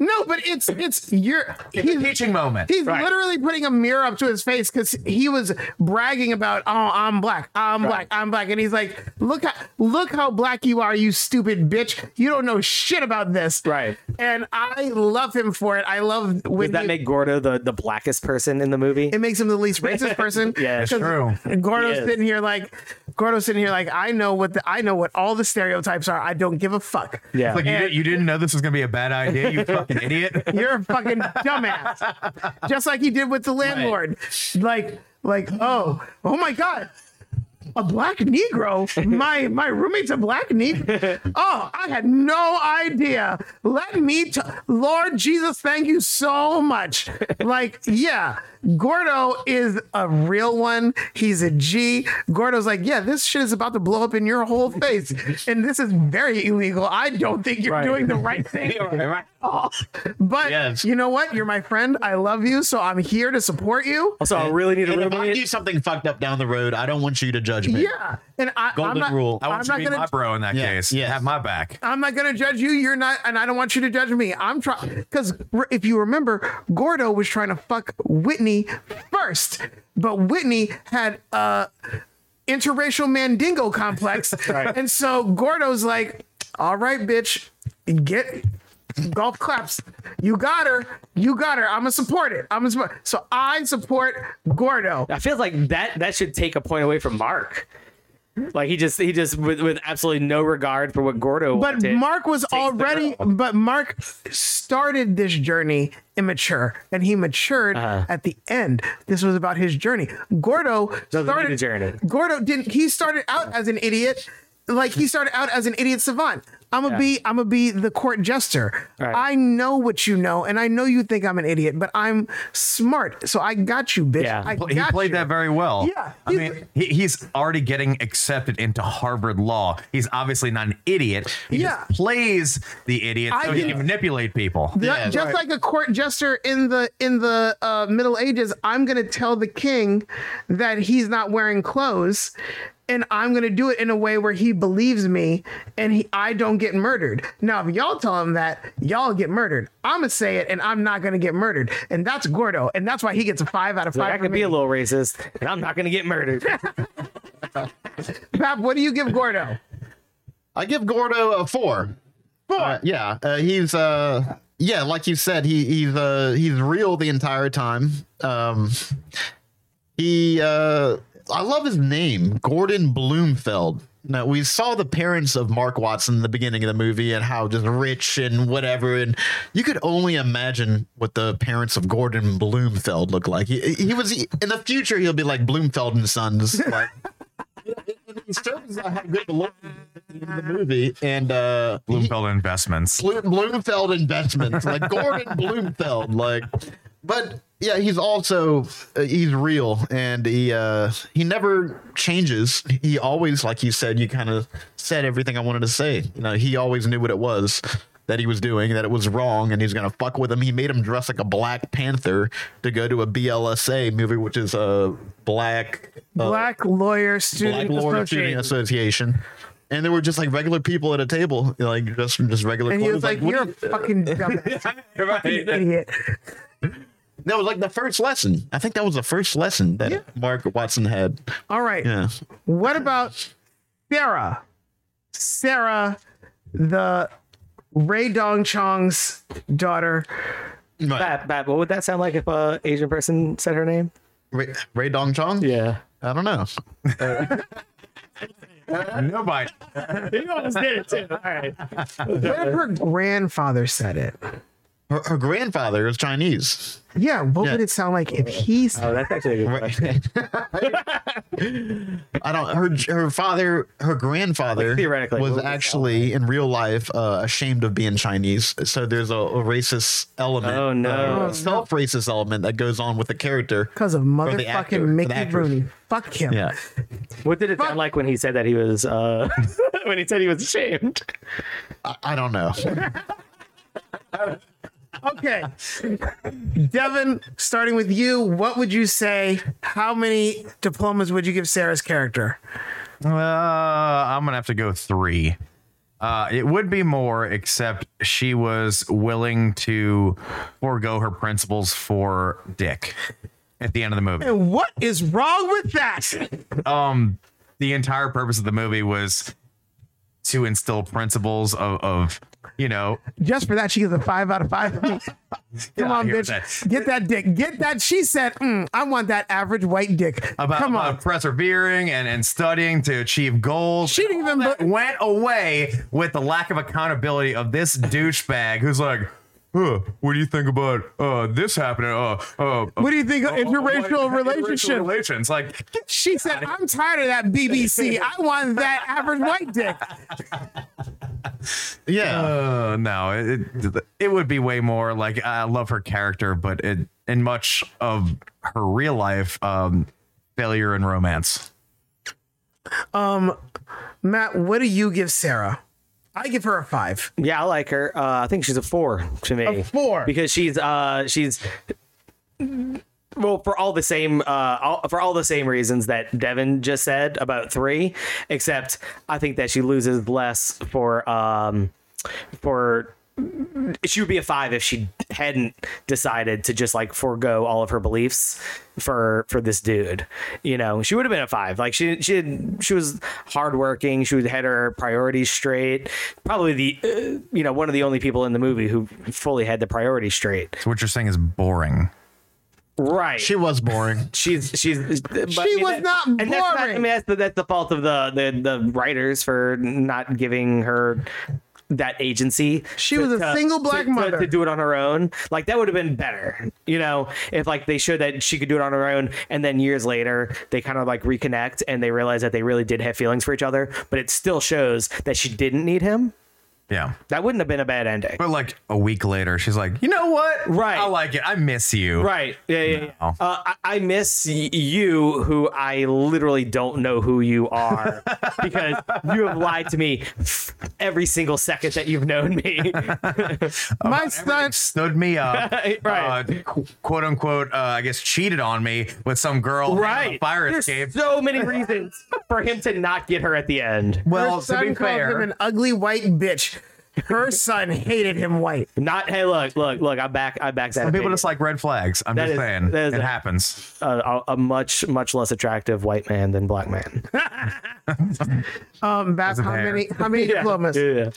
no, but it's it's you're
it's a teaching moment
He's
Right.
literally putting a mirror up to his face because he was bragging about, "Oh, I'm black, I'm black, I'm black," and he's like, "Look, how, look how black you are, you stupid bitch! You don't know shit about this."
Right.
And I love him for it. I love when
Does that
he-
make Gordo the, the blackest person in the movie?
it makes him the least racist person.
Yeah, it's
'cause
true.
Gordo's
He is.
sitting here like, Gordo's sitting here like, I know what the, I know what all the stereotypes are. I don't give a fuck.
Yeah.
like you, did, you didn't know this was going to be a bad idea you fucking idiot
You're a fucking dumbass. Just like he did with the landlord. Like, like, oh, oh my God. a black Negro. My my roommate's a black Negro. Oh, I had no idea. Let me, t- Lord Jesus, thank you so much. Like, yeah, Gordo is a real one. He's a G. Gordo's like, yeah, this shit is about to blow up in your whole face, and this is very illegal. I don't think you're
Right.
doing the right thing but
Yes.
you know what? You're my friend. I love you, so I'm here to support you.
Also, I really need a
And if I do
roommate.
something fucked up down the road, I don't want you to judge me.
Yeah, and I, I'm
Golden
not,
rule.
I
I'm
want you to
not
be
gonna.
my bro in that
Yeah,
case.
yes.
Have my back.
I'm not gonna judge you. You're not, and I don't want you to judge me. I'm trying because if you remember, Gordo was trying to fuck Whitney first, but Whitney had a interracial mandingo complex, and so Gordo's like, "All right, bitch, get." Golf claps. You got her. You got her. I'm gonna support it. I'm gonna support. So I support Gordo.
I feel like that that should take a point away from Mark. Like he just he just with, with absolutely no regard for what Gordo
But
wanted.
Mark was
the
already,
girl.
but Mark started this journey immature, and he matured
Uh-huh.
at the end. This was about his journey. Gordo
Doesn't need
started
a journey.
Gordo didn't. He started out as an idiot, like he started out as an idiot savant. I'm gonna be, I'm gonna be the court jester.
Right.
I know what you know, and I know you think I'm an idiot, but I'm smart, so I got you, bitch.
Yeah.
I
He
got
played
you.
that very well.
Yeah,
I
he's-
mean, he, he's already getting accepted into Harvard Law. He's obviously not an idiot. He
Yeah.
just plays the idiot
I
so he
can-
can manipulate people.
Ju-
Yeah,
just like a court jester in the in the uh, Middle Ages, I'm going to tell the king that he's not wearing clothes, and I'm going to do it in a way where he believes me, and he I don't get murdered. Now, if y'all tell him that, y'all get murdered. I'm gonna say it, and I'm not going to get murdered, and that's Gordo, and that's why he gets a five out of five.
like, I
from
could be
me.
a little racist, and I'm not gonna get murdered.
Pap, what do you give Gordo?
I give Gordo a four.
Four.
Uh, yeah, uh, he's uh, yeah, like you said, he he's uh, he's real the entire time. Um, he uh, I love his name, Gordon Bloomfeld. Now we saw the parents of Mark Watson in the beginning of the movie and how just rich and whatever, and you could only imagine what the parents of Gordon Bloomfeld looked like. He, he was in the future, he'll be like Bloomfeld and Sons, like. It shows how good the look is in the movie, and uh, he-
Bloomfield Investments.
Blo- Bloomfeld Investments, like Gordon Bloomfeld, like. But yeah, he's also uh, he's real, and he uh, he never changes. He always, like you said, you kind of said everything I wanted to say. You know, he always knew what it was that he was doing, that it was wrong, and he's gonna fuck with him. He made him dress like a Black Panther to go to a BLSA movie, which is a black uh,
Black lawyer student
Black Lawyer Shooting
association.
Association. And there were just like regular people at a table, like just just regular.
and he
clothes,
was like,
what
"You're
do
a fucking dumbass,
Right.
idiot."
That was like the first lesson. I think that was the first lesson that Mark Watson had.
All right.
Yeah.
What about Sarah? Sarah, the Ray Dong Chong's daughter.
Right.
Bap, bap, what would that sound like if a Asian person said her name?
Ray, Ray Dong Chong?
Yeah.
I don't know.
Nobody.
You almost did it too. All right.
What if her grandfather said it?
Her, her grandfather is Chinese.
Yeah, what
Yeah.
would it sound like if he said
Oh, that's actually a good
Right.
question.
I don't. Her her father, her grandfather,
theoretically,
was
what would it
actually in real life uh, ashamed of being Chinese. So there's a, a racist element.
Oh, no.
uh, self-racist element that goes on with the character.
because of motherfucking
actor, for the
Mickey
actress.
Rooney? Fuck him.
Yeah.
What did it sound like when he said that he was uh when he said he was ashamed?
I don't know.
Okay. Devin, starting with you, what would you say? How many diplomas would you give Sarah's character?
Uh, I'm gonna have to go three. Uh, it would be more, except she was willing to forego her principles for Dick at the end of the movie.
And what is wrong with that?
the entire purpose of the movie was to instill principles of, of you know,
just for that, she gets a five out of five. Come on,
here with
bitch.
that.
Get that dick. Get that. She said, mm, I want that average white dick.
about,
Come
about
on.
persevering and, and studying to achieve goals.
She didn't even.
That went away with the lack of accountability of this douchebag who's like, "Huh, what do you think about uh, this happening? Uh, uh,
What do you think of interracial relationship?
relations? Like, get
She said, I'm tired of that BBC. I want that average white dick.
Yeah.
Uh, no, it, it it would be way more like I love her character, but it in much of her real life, um, failure and romance.
Um, Matt, what do you give Sarah? I give her a five.
Yeah, I like her. Uh, I think she's a four to me.
A four?
because she's uh, she's well for all the same uh, all, for all the same reasons that Devin just said about three, except I think that she loses less for um, for she would be a five if she hadn't decided to just like forego all of her beliefs for for this dude. You know, she would have been a five. Like she she had, she was hardworking. She would had her priorities straight. Probably the uh, you know one of the only people in the movie who fully had the priorities straight.
So what you're saying is boring.
Right.
She was boring.
She's she's. But, she
was not
And that's not, I
boring.
mean, that's the, that's the fault of the, the the writers for not giving her that agency.
She was a single black
to- to-
mother.
to do it on her own. Like that would have been better, you know, if like they showed that she could do it on her own, and then years later they kind of like reconnect and they realize that they really did have feelings for each other, but it still shows that she didn't need him.
Yeah.
That wouldn't have been a bad ending.
But like a week later, she's like, you know what?
Right.
I like it. I miss you.
Right. Yeah. yeah, yeah.
No.
Uh, I, I miss y- you, who I literally don't know who you are because you have lied to me every single second that you've known me.
My
Everything
son,
stood me up,
Right.
uh, qu- quote unquote. Uh, I guess cheated on me with some girl. hanging on the
right.
fire
There's
escape.
so many reasons for him to not get her at the end.
well,
her
to
son
be
called
fair,
him an ugly white bitch. Her son hated him white.
Not. Hey, look, look, look. I back. I back that.
some people
opinion.
just like red flags. I'm
That
just
is-
saying,
that is
it
a-
happens.
a, a a much much less attractive white man than black man.
Um, Bap, how
hair.
many, how many diplomas?
Yeah.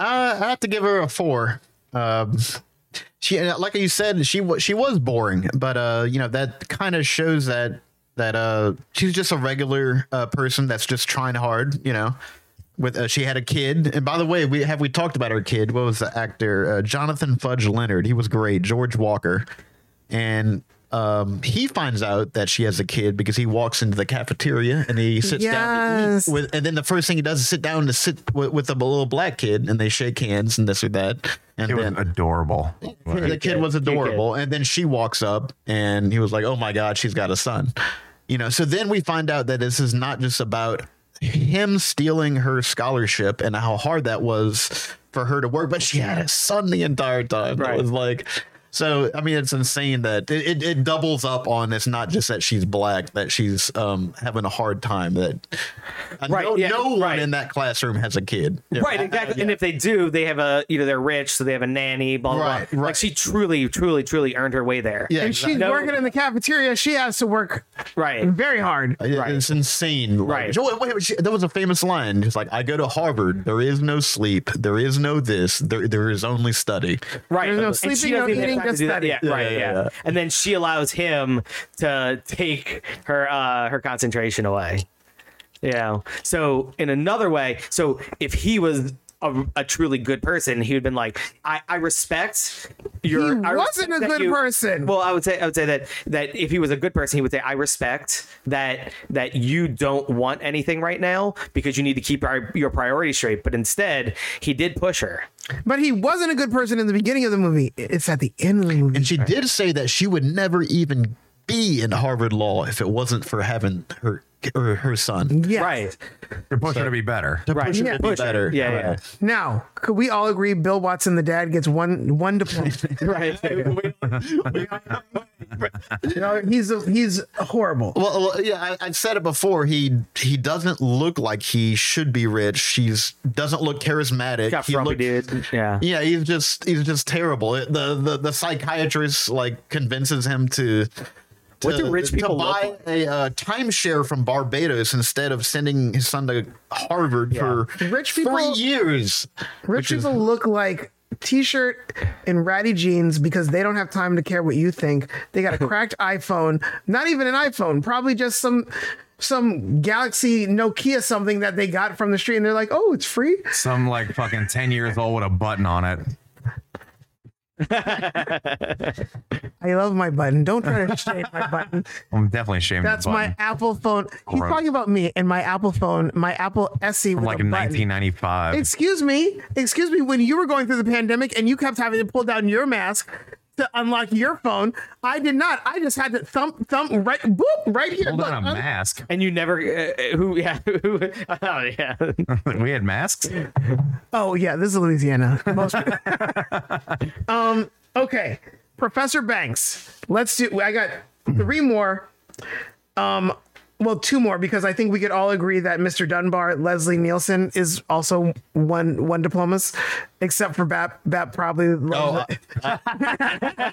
Uh, I have to give her a four. Um, she, uh, like you said, she wa- she was boring, but uh, you know that kind of shows that that uh, she's just a regular uh, person that's just trying hard. You know, with uh, she had a kid, and by the way, we have we talked about her kid. What was the actor? Uh, Jonathan Fudge Leonard. He was great. George Walker, and. Um, he finds out that she has a kid because he walks into the cafeteria and he sits down to eat
Yes.
with and then the first thing he does is sit down to sit with, with a little black kid and they shake hands and this or that and
It was
then
adorable.
the kid was adorable and then she walks up and he was like oh my god she's got a son you know so then we find out that this is not just about him stealing her scholarship and how hard that was for her to work but she had a son the entire time
Right.
it was like so i mean it's insane that it, it, it doubles up on it's not just that she's black that she's um having a hard time that uh,
Right,
no,
yeah,
no one
right.
in that classroom has a kid
Right, exactly. And if they do, they have a you know they're rich, so they have a nanny, blah blah.
Right,
blah. Like
right.
she truly, truly, truly earned her way there.
yeah
If she's
exactly.
No.
working in the cafeteria, she has to work
Mm-hmm.
Right.
very hard.
It-
Right.
It's insane. Like,
Right. Mm-hmm.
Joel, wait, she- there was a famous line. It's like, I go to Harvard. There is no sleep. There is no this. There, there is only study.
Right.
There's no
And
sleeping,
she
no
doesn't even
eating,
have time to
just
do that.
study.
Yeah,
Yeah,
right. Yeah,
yeah, yeah.
And then she allows him to take her uh, her concentration away. Yeah. So in another way, so if he was a, a truly good person, he would have been like, I, I respect your.
He
I
wasn't
respect
a
that
good person.
Well, I would say I would say that that if he was a good person, he would say, I respect that that you don't want anything right now because you need to keep our, your priorities straight. But instead, he did push her.
But he wasn't a good person in the beginning of the movie. It's at the end of the movie.
And she did say that she would never even be in Harvard Law if it wasn't for having her her, her son.
Yes.
Right.
To push her to be better.
To push her
yeah.
to be
Push her.
better.
Yeah, yeah.
Now, could we all agree Bill Watson, the dad, gets one one diploma?
right.
You know, he's a, he's horrible.
Well, well, yeah, I, I said it before. He he doesn't look like he should be rich. She's doesn't look charismatic.
Got
he
frumpy
looked-
dude. Yeah.
Yeah, he's just he's just terrible. It- The the the psychiatrist like convinces him to.
What do
to-
rich people
to
look
buy a uh, timeshare from Barbados instead of sending his son to Harvard for
Rich people-
three years?
Rich people look like t-shirt and ratty jeans because they don't have time to care what you think. They got a cracked iPhone, not even an iPhone, probably just some some Galaxy Nokia something that they got from the street, and they're like, "Oh, it's free."
Some like fucking 10 years old with a button on it.
I love my button. Don't try to shade my button.
I'm definitely ashamed.
That's
of the
my
button.
Apple phone. He's
Gross.
talking about me and my Apple phone, my Apple SE with
like
a button.
1995.
Excuse me, excuse me. When you were going through the pandemic and you kept having to pull down your mask to unlock your phone, I did not. I just had to thump, thump, right, boop, right here.
Hold
Look,
on a
un-
mask.
and you never uh, who yeah who oh yeah
we had masks.
Oh yeah, this is Louisiana. Most- um. Okay, Professor Banks. Let's do. I got three more. Um. Well, two more because I think we could all agree that Mr. Dunbar, Leslie Nielsen, is also one one diplomas, except for Bap. Bap probably.
Oh, I,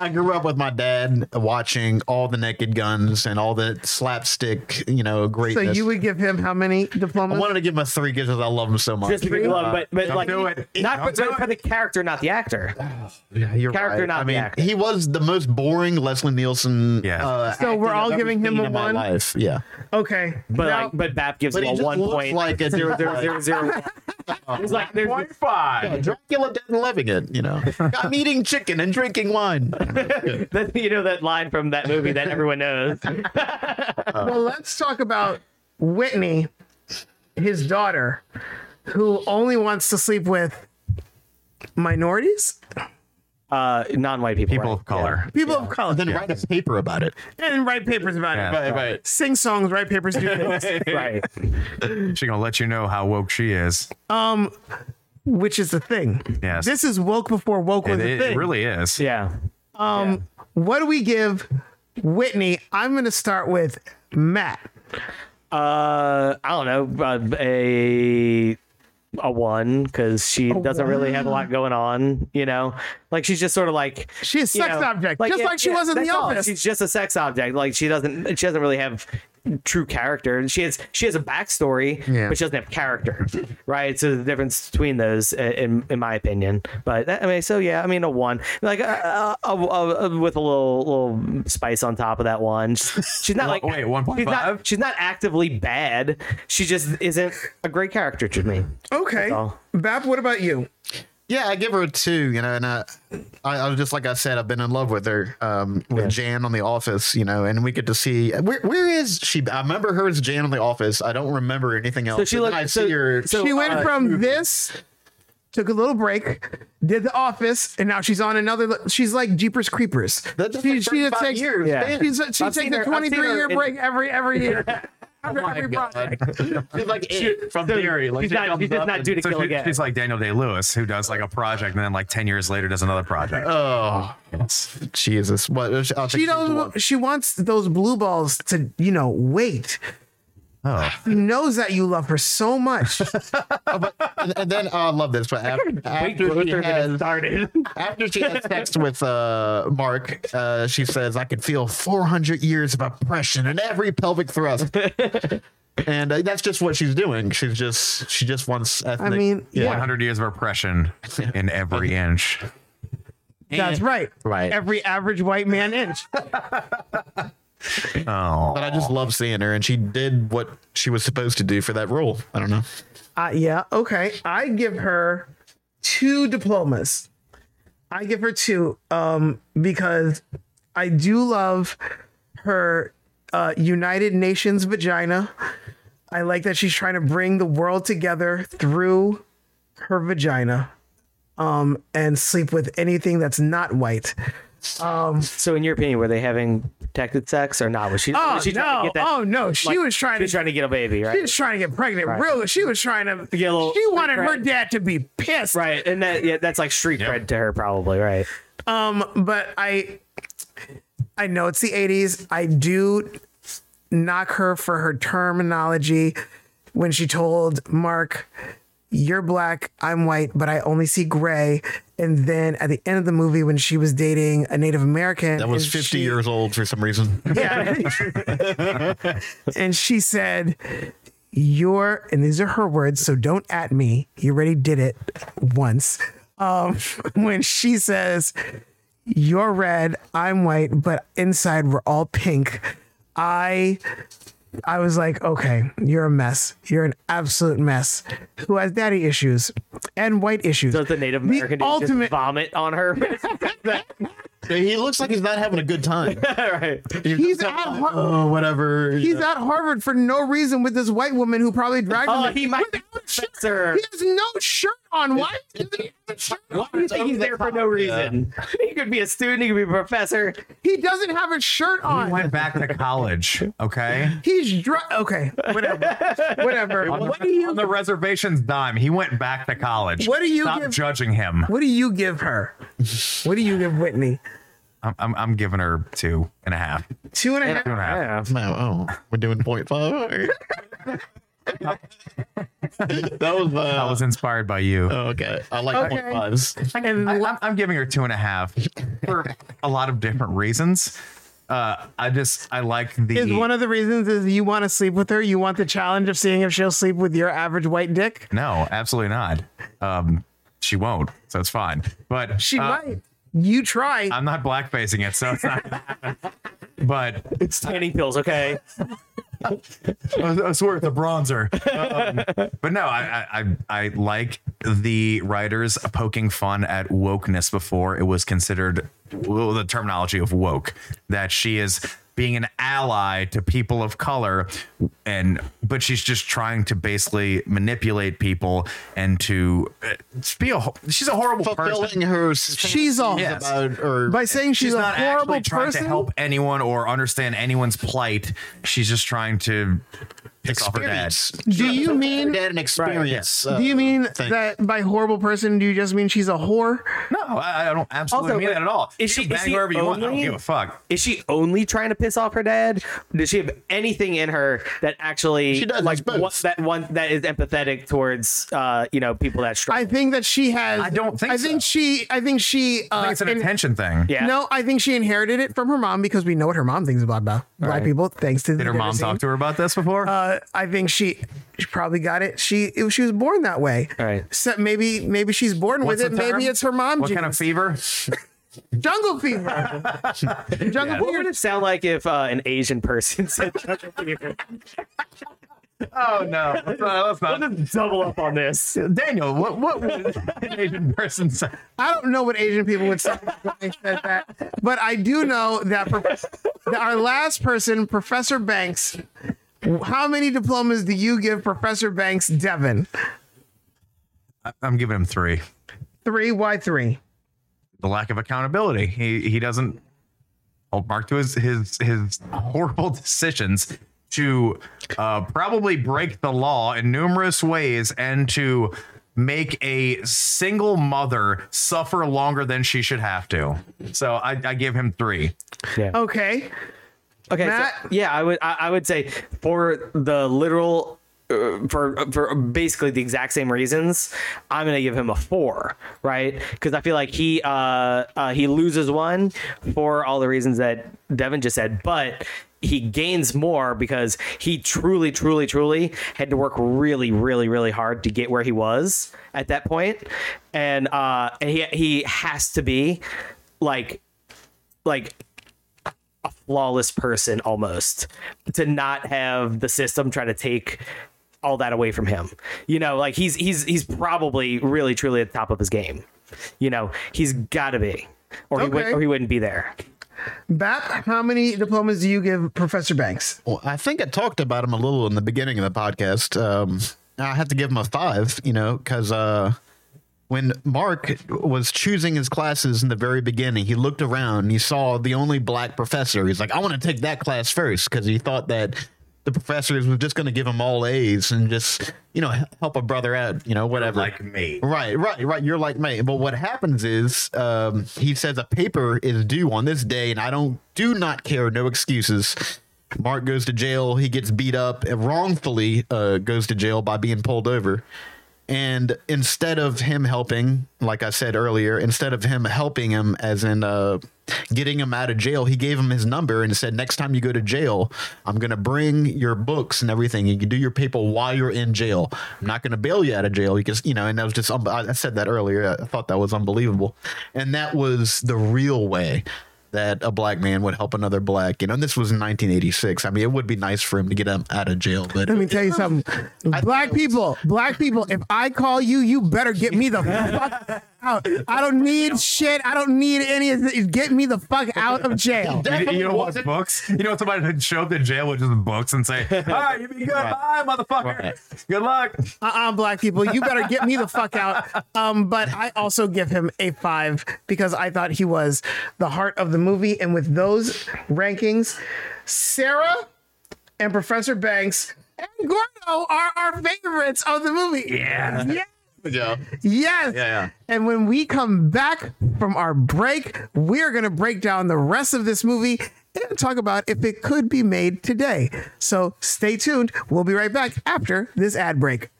I grew up with my dad watching all the Naked Guns and all the slapstick, you know,
so
greatness.
you would give him how many
I
diplomas?
wanted to give him a three because I love him so much.
just because you love but but
Don't
like
do it.
not for,
Don't do
but for the character not the actor
Yeah, you're
Character, not
I
the
mean,
actor.
he was the most boring Leslie Nielsen.
Yeah.
So we're
acting
all
I've ever
giving him a
seen in my
one?
life. Yeah,
okay.
but
Now-
like but Bap gives
but
him
he
a
just
one
looks
point
like a zero zero zero.
zero zero one. It's like there's
Point five.
Dracula dead and loving it. You know, I'm eating chicken and drinking wine.
that you know that line from that movie that everyone knows.
Well, let's talk about Whitney, his daughter, who only wants to sleep with minorities,
Uh, non-white people.
People
right?
of color.
people of color,
Then write a paper about it.
and write papers about it.
Yeah.
Right, right.
Sing songs, write papers, do things.
Right.
She gonna let you know how woke she is.
which is the thing.
Yes.
This is woke before woke was
It,
a
it
thing.
really is.
Yeah.
Um, what do we give Whitney? I'm going to start with Matt.
Uh, I don't know. Uh, a a one because she doesn't really have a lot going on. You know, like she's just sort of like
She's a
you
sex
know,
object, just
yeah,
like she
yeah,
was in the
that's all.
office.
She's just a sex object. Like she doesn't. She doesn't really have true character. And She has she has a backstory,
Yeah.
but she doesn't have character, right? So the difference between those, uh, in in my opinion. But I mean, so yeah, I mean a one, like uh, uh, uh, uh, with a little little spice on top of that one. She's not like
Wait, 1.5?
She's not, she's not actively bad. She just isn't a great character to me.
Okay.
all.
Bap, what about you?
Yeah, I give her a two, you know, and I, I, I was just like I said, I've been in love with her, um, with Jan on The Office, you know, and we get to see where where is she? I remember her as Jan on The Office. I don't remember anything else.
she
And then
looked-
I
so-
see her.
so-
She went
uh,
from this, took a little break, did the office, and now she's on another. li- She's like Jeepers Creepers.
That's just
she
like
she
35
takes
years,
yeah.
man.
she's, she takes
I've seen
a
her- I've seen
23
her
year
in-
break every every year. Oh After every project.
she's like it from theory. Like
she's
she
not.
comes
She's just
up
not
and-
due to
So
kill
she-
again.
she's like Daniel Day Lewis, who does like a project and then like 10 years later does another project.
Oh Jesus! What? I'll take
She
she's the one.
knows she wants those blue balls to, you know, wait.
Oh.
She knows that you love her so much.
and, and then oh, I love this. But after,
Wait,
after, she
Luther had
has,
started.
after she has sex with uh, Mark, uh, she says, "I could feel 400 years of oppression in every pelvic thrust." And uh, that's just what she's doing. She's just she just wants. Ethnic,
mean, yeah.
100 years of oppression in every inch.
That's right.
Right.
Every average white man inch.
Oh.
But I just love seeing her, and she did what she was supposed to do for that role. I don't know.
Uh, yeah, okay. I give her two diplomas. I give her two um, because I do love her uh, United Nations vagina. I like that she's trying to bring the world together through her vagina um, and sleep with anything that's not white.
So, in your opinion, were they having protected sex or not? Was she?
Oh,
was she trying
no.
to get that?
oh, no. She
like,
was trying
she was
to.
trying to get a baby,
She
right?
was trying to get pregnant. Real, she was trying to.
get a little-
she wanted her
right.
dad to be pissed.
Right, and that yeah, that's like street cred to her, probably. Right.
but I I know it's the 80s. I do knock her for her terminology when she told Mark, "You're black, I'm white, but I only see gray." And then at the end of the movie when she was dating a Native American,
That was 50 years old for some reason.
Yeah. and she said, "You're," and these are her words, so don't at me. You already did it once. Um, when she says, "You're red, I'm white, but inside we're all pink," I I was like, okay, you're a mess. You're an absolute mess who has daddy issues and white issues.
Does the Native American dude
ultimate-
just vomit on her?
He looks like he's not having a good time.
All right.
He's at Har-
oh, whatever. you
He's
know.
at Harvard for no reason with this white woman who probably dragged him.
Oh,
there.
he might be a professor.
He has no shirt on. Why does he have a shirt
Why do
on?
you think he's there for no reason? He could be a student. He could be a professor.
He doesn't have a shirt
I
on.
went back to college. Okay.
He's dr- okay. Whatever. Whatever. What do you
on the reservation's dime, he went back to college.
What do you
Stop
give-
judging him.
What do you give her? What do you give Whitney?
I'm, I'm, I'm giving her two and a half.
Two and a half.
Two and a half.
Yeah.
No, oh, we're doing point five. All right. that was my.
I was inspired by you.
oh, okay. I like
Okay.
point fives.
And
I, I'm, I'm giving her two and a half for a lot of different reasons. Uh, I just I like the
is one of the reasons is you want to sleep with her. You want the challenge of seeing if she'll sleep with your average white dick.
no, absolutely not. Um, she won't, so it's fine. But
She
uh,
might. You try.
I'm not blackfacing it, so it's not. gonna happen. but
It's tanning pills, okay?
I swear it's a bronzer. Um, but no, I, I I I like the writers poking fun at wokeness before it was considered well, the terminology of woke. That she is being an ally to people of color, and but she's just trying to basically manipulate people and to uh, be a ho- she's a horrible person.
Fulfilling her. She's
she's off
Yes.
about or
by saying she's,
She's
a
not
horrible
actually trying
person.
to help anyone or understand anyone's plight. She's just trying to piss off her dad.
experience.
Do you mean?
Dad an experience. uh,
Do you mean
thing.
that by horrible person? Do you just mean she's a whore?
No, I, I don't absolutely
Also,
mean that at all.
is
you
she-
can
is
bang
she
wherever you want. I don't
only-
give a fuck.
Is she only trying to piss off her dad? Does she have anything in her that actually
She does,
like
it's both.
what, that one that is empathetic towards uh you know people that struggle?
I think that she has.
I don't think
I think
so.
she. I think she. Uh,
I think it's an
in-
attention thing.
yeah.
No, I think she inherited it from her mom because we know what her mom thinks about black black people. Thanks to
Did her mom talk to her about this before?
Uh, I think she, she probably got it. She it, she was born that way.
Right.
So maybe maybe she's born
What's
with it.
the term?
Maybe it's her mom.
What kind of
genes.
fever?
jungle fever? jungle
What
fever.
would it sound like if uh, an Asian person said
Oh no, let's not. Let's not.
double up on this?
Daniel, what what would an Asian person say?
I don't know what Asian people would say when they said that, but I do know that, prof- that our last person, Professor Banks. How many diplomas do you give Professor Banks Devon?
I'm giving him three.
Three. Why three?
The lack of accountability. He he doesn't hold mark to his his his horrible decisions to uh, probably break the law in numerous ways and to make a single mother suffer longer than she should have to. So I, I give him three.
Okay.
Okay, so-
Matt?
yeah, I would I, I would say for the literal uh, for for basically the exact same reasons, I'm gonna give him a four, right? Because I feel like he uh, uh he loses one for all the reasons that Devin just said, but he gains more because he truly, truly, truly had to work really, really, really hard to get where he was at that point, and uh, and he he has to be like like a flawless person almost to not have the system try to take all that away from him. You know, like he's he's he's probably really truly at the top of his game. You know, he's got to be, or he would,
Okay.
or he wouldn't be there.
Bap, how many diplomas do you give Professor Banks?
Well, I think I talked about him a little in the beginning of the podcast. Um, I have to give him a five, you know, because uh, when Mark was choosing his classes in the very beginning, he looked around and he saw the only black professor. He's like, I want to take that class first because he thought that the professors were just going to give him all A's and just, you know, help a brother out, you know, whatever.
Like me.
Right, right, right. You're like me. But what happens is um, he says a paper is due on this day, and I don't do not care. No excuses. Mark goes to jail. He gets beat up and wrongfully uh, goes to jail by being pulled over. And instead of him helping, like I said earlier, instead of him helping him as in uh, getting him out of jail, he gave him his number and said, "Next time you go to jail, I'm going to bring your books and everything. You can do your paper while you're in jail. I'm not going to bail you out of jail. You just, you know." And that was just, um, I I said that earlier. I thought that was unbelievable, and that was the real way that a black man would help another black. You know, and this was in 1986. I mean, it would be nice for him to get him out of jail, but
Let me tell you something. Black people, black people, if I call you, you better get me the fuck out. I don't need shit. I don't need any of this. Get me the fuck out of jail.
You,
Definitely
you know what?
wasn't-
Books. You know what? Somebody would show up in jail with just books and say, "All right, you be good. Bye, motherfucker.
Right.
Good luck."
uh-uh, black people, you better get me the fuck out. Um, but I also give him a five because I thought he was the heart of the movie. And with those rankings, Sarah and Professor Banks and Gordo are our favorites of the movie.
Yeah.
Yeah.
yeah.
Yes.
yeah.
And when we come back from our break, we're going to break down the rest of this movie and talk about if it could be made today. So stay tuned. We'll be right back after this ad break.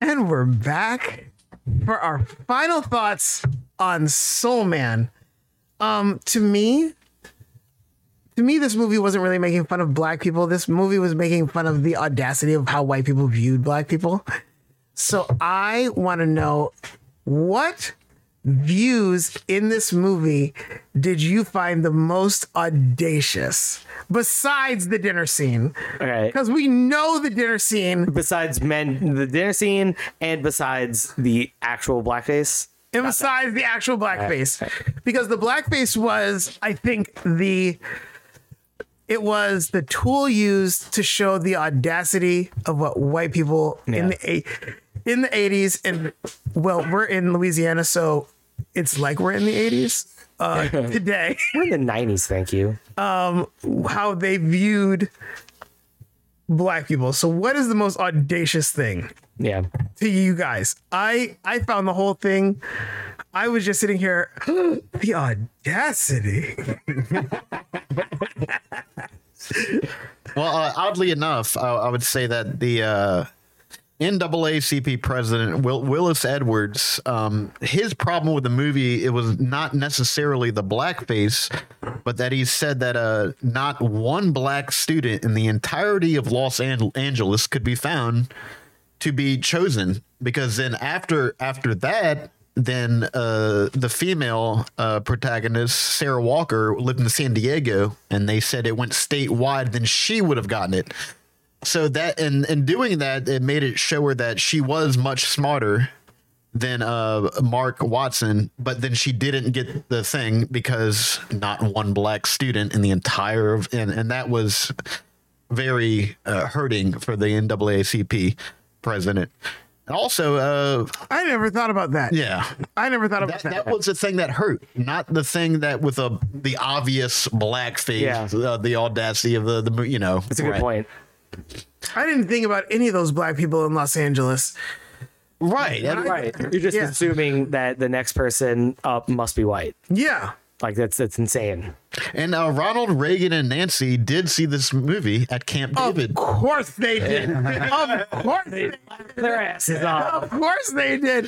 And we're back for our final thoughts on Soul Man. Um, to me, to me, this movie wasn't really making fun of black people. This movie was making fun of the audacity of how white people viewed black people. So I want to know what views in this movie did you find the most audacious besides the dinner scene?
Okay.
Because we know the dinner scene.
Besides men, the dinner scene, and besides the actual blackface.
And besides the actual blackface, because the blackface was, I think, the it was the tool used to show the audacity of what white people in
Yeah.
the eight in the eighties and well, we're in Louisiana, so it's like we're in the eighties uh, today.
We're in the '90s. Thank you.
how they viewed black people. So what is the most audacious thing
Yeah.
to you guys? I I found the whole thing I was just sitting here the audacity.
Well, uh, oddly enough, I, I would say that the uh, NAACP president Will, Willis Edwards, um, his problem with the movie it was not necessarily the blackface, but that he said that uh, not one black student in the entirety of Los Ange- Angeles could be found to be chosen because then after after that then uh the female uh protagonist sarah walker lived in san diego and they said it went statewide then she would have gotten it so that and in doing that it made it show her that she was much smarter than uh mark watson but then she didn't get the thing because not one black student in the entire of and, and that was very uh, hurting for the NAACP president. And also, uh,
I never thought about that.
yeah,
I never thought about
that,
that.
that was the thing that hurt, not the thing that with a, the obvious black face,
Yeah.
uh, the audacity of the, the mo- you know.
That's a good
right.
point.
I didn't think about any of those black people in Los Angeles.
Right. And
Right. You're just
Yeah.
assuming that the next person up must be white.
Yeah.
Like that's that's insane.
and, uh, Ronald Reagan and Nancy did see this movie at Camp
Oh,
David.
Of course they did. of course they did.
Their asses off.
Of course they did.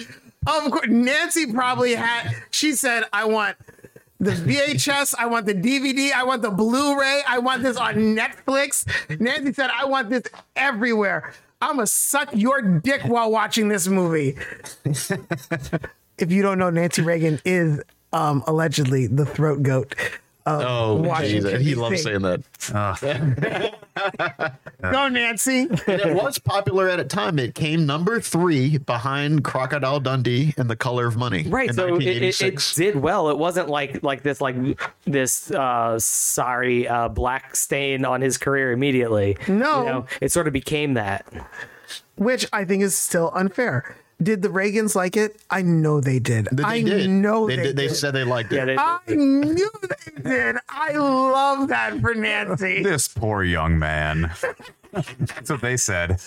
Of course, Nancy probably had. She said, "I want the VHS. I want the DVD. I want the Blu-ray. I want this on Netflix." Nancy said, "I want this everywhere. I'm gonna suck your dick while watching this movie." if you don't know, Nancy Reagan is um, allegedly the throat goat.
Oh,
Washington,
Jesus. he loves
D.C..
saying that.
Go, Nancy.
And it was popular at a time. It came number three behind Crocodile Dundee and The Color of Money.
Right,
in
so it, it, it
1986.
did well. It wasn't like like this like this uh sorry uh black stain on his career immediately.
No.
You know, it sort of became that.
which I think is still unfair. Did the Reagans like it? I know they did.
They
I
did.
know
they,
they,
did. They said they liked it.
Yeah, they,
I knew they did. I love that for Nancy.
This poor young man. That's what they said.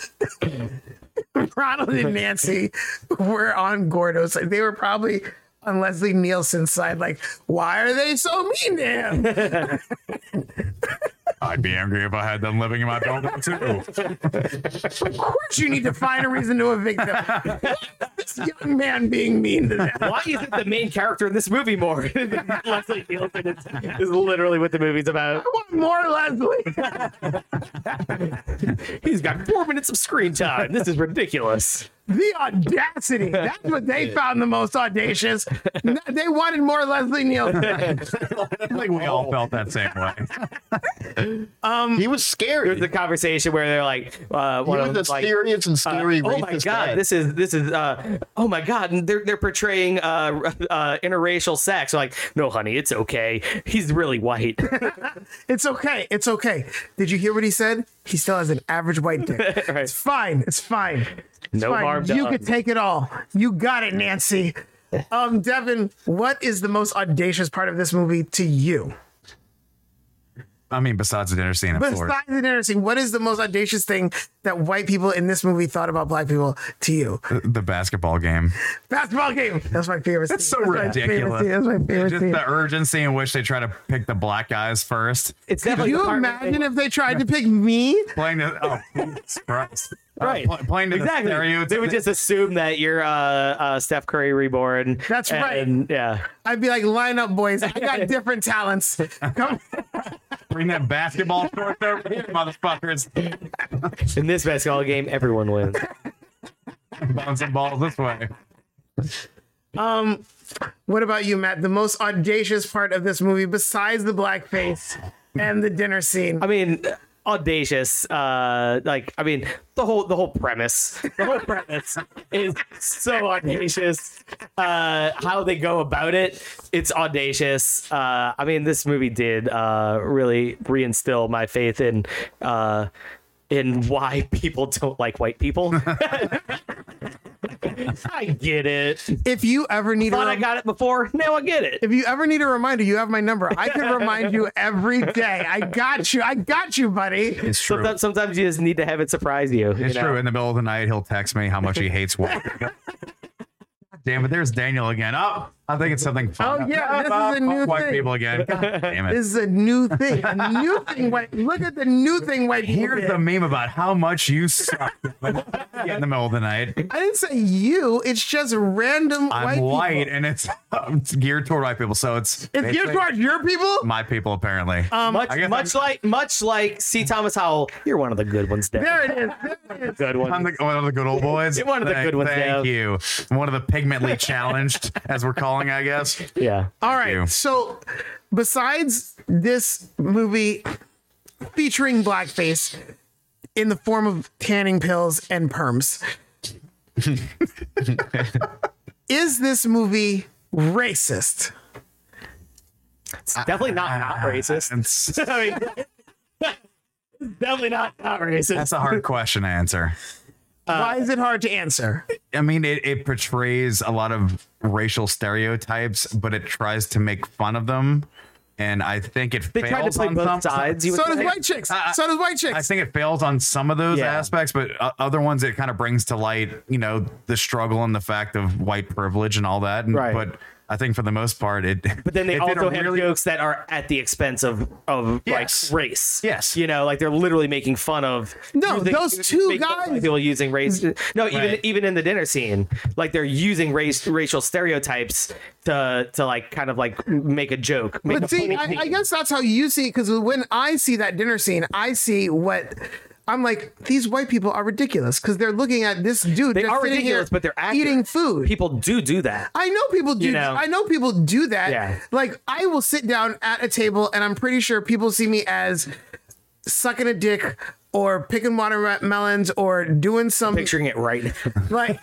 Ronald and Nancy were on Gordo's. side. They were probably on Leslie Nielsen's side. Like, why are they so mean to him?
I'd be angry if I had them living in my building too.
of course, you need to find a reason to evict them. Why is this young man being mean to them.
why isn't the main character in this movie more? Leslie Nielsen is, is literally what the movie's about.
I want more Leslie.
He's got four minutes of screen time. This is ridiculous.
the audacity. That's what they found the most audacious. N- They wanted more Leslie Nielsen.
I think we all felt that same way.
he was scary.
There's a conversation where they're like, uh,
he
one of
was a
them's like,
serious and
uh,
scary
oh
racist
my god,
guy.
this is this is uh, oh my god, and they're they're portraying uh, uh, interracial sex. Like, no, honey, it's okay. He's really white.
It's okay. It's okay. Did you hear what he said? He still has an average white dick. It's fine. It's fine. It's
No
fine.
harm
You
done.
could take it all. You got it, Nancy. Um, Devin, what is the most audacious part of this movie to you?
I mean, besides the dinner scene, of course.
Besides the dinner scene, what is the most audacious thing that white people in this movie thought about black people to you?
The- The basketball game.
Basketball game. That's my favorite. That's
so
my favorite
ridiculous.
scene. That's my favorite
Just
scene.
the urgency in which they try to pick the black guys first.
It's
Could
definitely the
you
part where
imagine
they-
if they tried to pick me?
Playing to oh Jesus Christ. Uh,
Right.
pl- playing to
exactly.
the stereotype.
They would just assume that you're uh, uh, Steph Curry reborn.
That's right.
and- Yeah.
I'd be like, line up, boys. I got different talents. Come.
bring that basketball short over here, motherfuckers.
In this basketball game, everyone wins.
Bouncing balls this way.
What about you, Matt? The most audacious part of this movie, besides the blackface and the dinner scene.
I mean, audacious. Uh, like, I mean, the whole the whole premise, the whole premise is so audacious. Uh, how they go about it, it's audacious. Uh, I mean, this movie did uh, really reinstill my faith in. Uh, in why people don't like white people. I get it.
If you ever need a
Thought I
Um,
rem-
got it before. Now I get it.
if you ever need a reminder, you have my number. I can remind you every day. I got you. I got you, buddy.
It's true.
Sometimes, sometimes you just need to have it surprise you. you
It's
know?
true. In the middle of the night, he'll text me how much he hates walking. God damn it! There's Daniel again. Oh, I think it's something fun.
Oh, yeah, this
Ah,
is a new
white
thing.
people again. God damn it.
This is a new thing. A new thing. White. Look at the new thing. White. people
Here's
did.
the meme about how much you suck Yeah, in the middle of the night.
I didn't say you. It's just random
I'm
white,
white,
people.
and it's, it's geared toward white people, so it's
It's geared
basically
towards your people.
my people apparently.
much,
I guess
much like, much like C. Thomas Howell, Um, you're one of the good ones, Dave.
There it is. There it is.
good
I'm
one.
the, one of the good old boys.
You're one of the
Thank-
good ones,
Thank
Dev.
you. I'm one of the pigmently challenged, as we're calling, I guess.
yeah.
All right.
you.
So, besides this movie featuring blackface in the form of tanning pills and perms, is this movie racist?
It's definitely not not racist.
Ah, It's-
I mean, definitely not not racist.
that's a hard question to answer.
Uh,
Why is it hard to answer?
I mean, it, it portrays a lot of racial stereotypes, but it tries to make fun of them. And I think it
They
fails
tried to play
on
both
some,
sides. You
So
would
does
say.
white chicks.
I-
So does white
I
chicks.
think it fails on some of those
Yeah.
aspects, but uh, other ones it kind of brings to light, you know, the struggle and the fact of white privilege and all that. And,
Right.
But I think for the most part, it.
But then they
it did a
also have
really-
jokes that are at the expense of of
Yes.
like race.
Yes.
you know, like they're literally making fun of
No,
using-
those
using-
two
making fun of
guys-
people using race. No, even
Right.
even in the dinner scene, like they're using race racial stereotypes to to like kind of like make a joke. Make a
But see,
funny
I,
thing.
I guess that's how you see it. Because when I see that dinner scene, I see what I'm like. These white people are ridiculous because they're looking at this dude.
they
just
are
sitting
ridiculous,
here
but they're accurate.
eating food.
People do do that.
I know people do.
You know?
I know people do that.
Yeah.
Like I will sit down at a table, and I'm pretty sure people see me as sucking a dick or picking watermelons or doing some
Picturing it right now.
like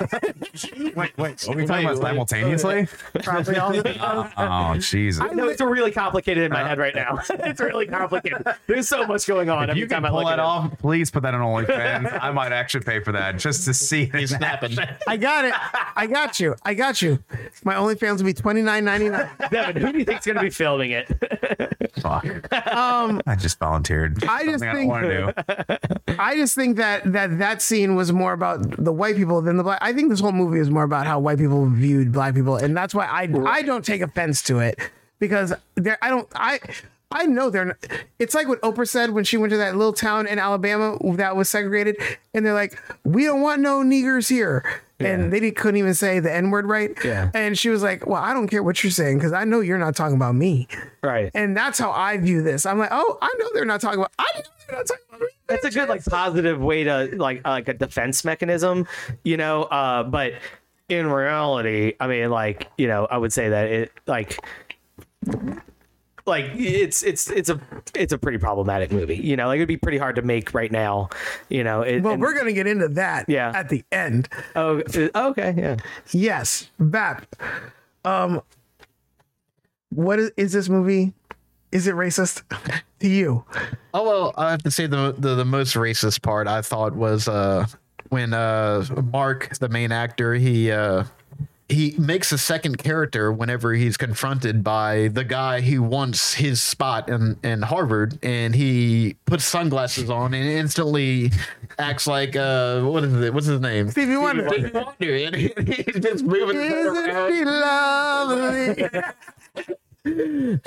Wait, wait. Are we talking about simultaneously?
probably all the
Oh, Jesus.
No, it's really complicated in
Uh,
my head right now. it's really complicated. There's so much going on.
If
every
you can
time I
pull
look
that
at it.
off, please put that on OnlyFans. I might actually pay for that just to see. it.
He's snapping.
I got it. I got you. I got you. My OnlyFans will be twenty nine ninety nine.
Devin, who do you think's going to be filming it?
Fuck. I just volunteered.
I just
Something
think-
I don't want to do.
I just think that that that scene was more about the white people than the black. I think this whole movie is more about how white people viewed black people, and that's why I I don't take offense to it because there I don't I I know they're. Not, it's like what Oprah said when she went to that little town in Alabama that was segregated, and they're like, "We don't want no niggers here," and they didn't, couldn't even say the N word right.
Yeah.
And she was like, "Well, I don't care what you're saying because I know you're not talking about me."
Right.
And that's how I view this. I'm like, "Oh, I know they're not talking about. I know they're not talking about me."
that's a good like positive way to like uh, like a defense mechanism, you know. Uh, but in reality, I mean, like you know, I would say that it like like it's it's it's a it's a pretty problematic movie, you know. Like it'd be pretty hard to make right now, you know. It,
Well,
and-
we're gonna get into that
Yeah.
at the end.
oh, uh, okay, yeah.
Yes, Bap. Um, what is, is this movie? Is it racist to you?
Oh well, I have to say the the, the most racist part I thought was uh when uh Mark, the main actor, he uh he makes a second character whenever he's confronted by the guy who wants his spot in, in Harvard, and he puts sunglasses on and instantly acts like uh what is it? What's his name?
Stevie Wonder.
Stevie Wonder, and he- he's just moving
Isn't
around.
she lovely?
And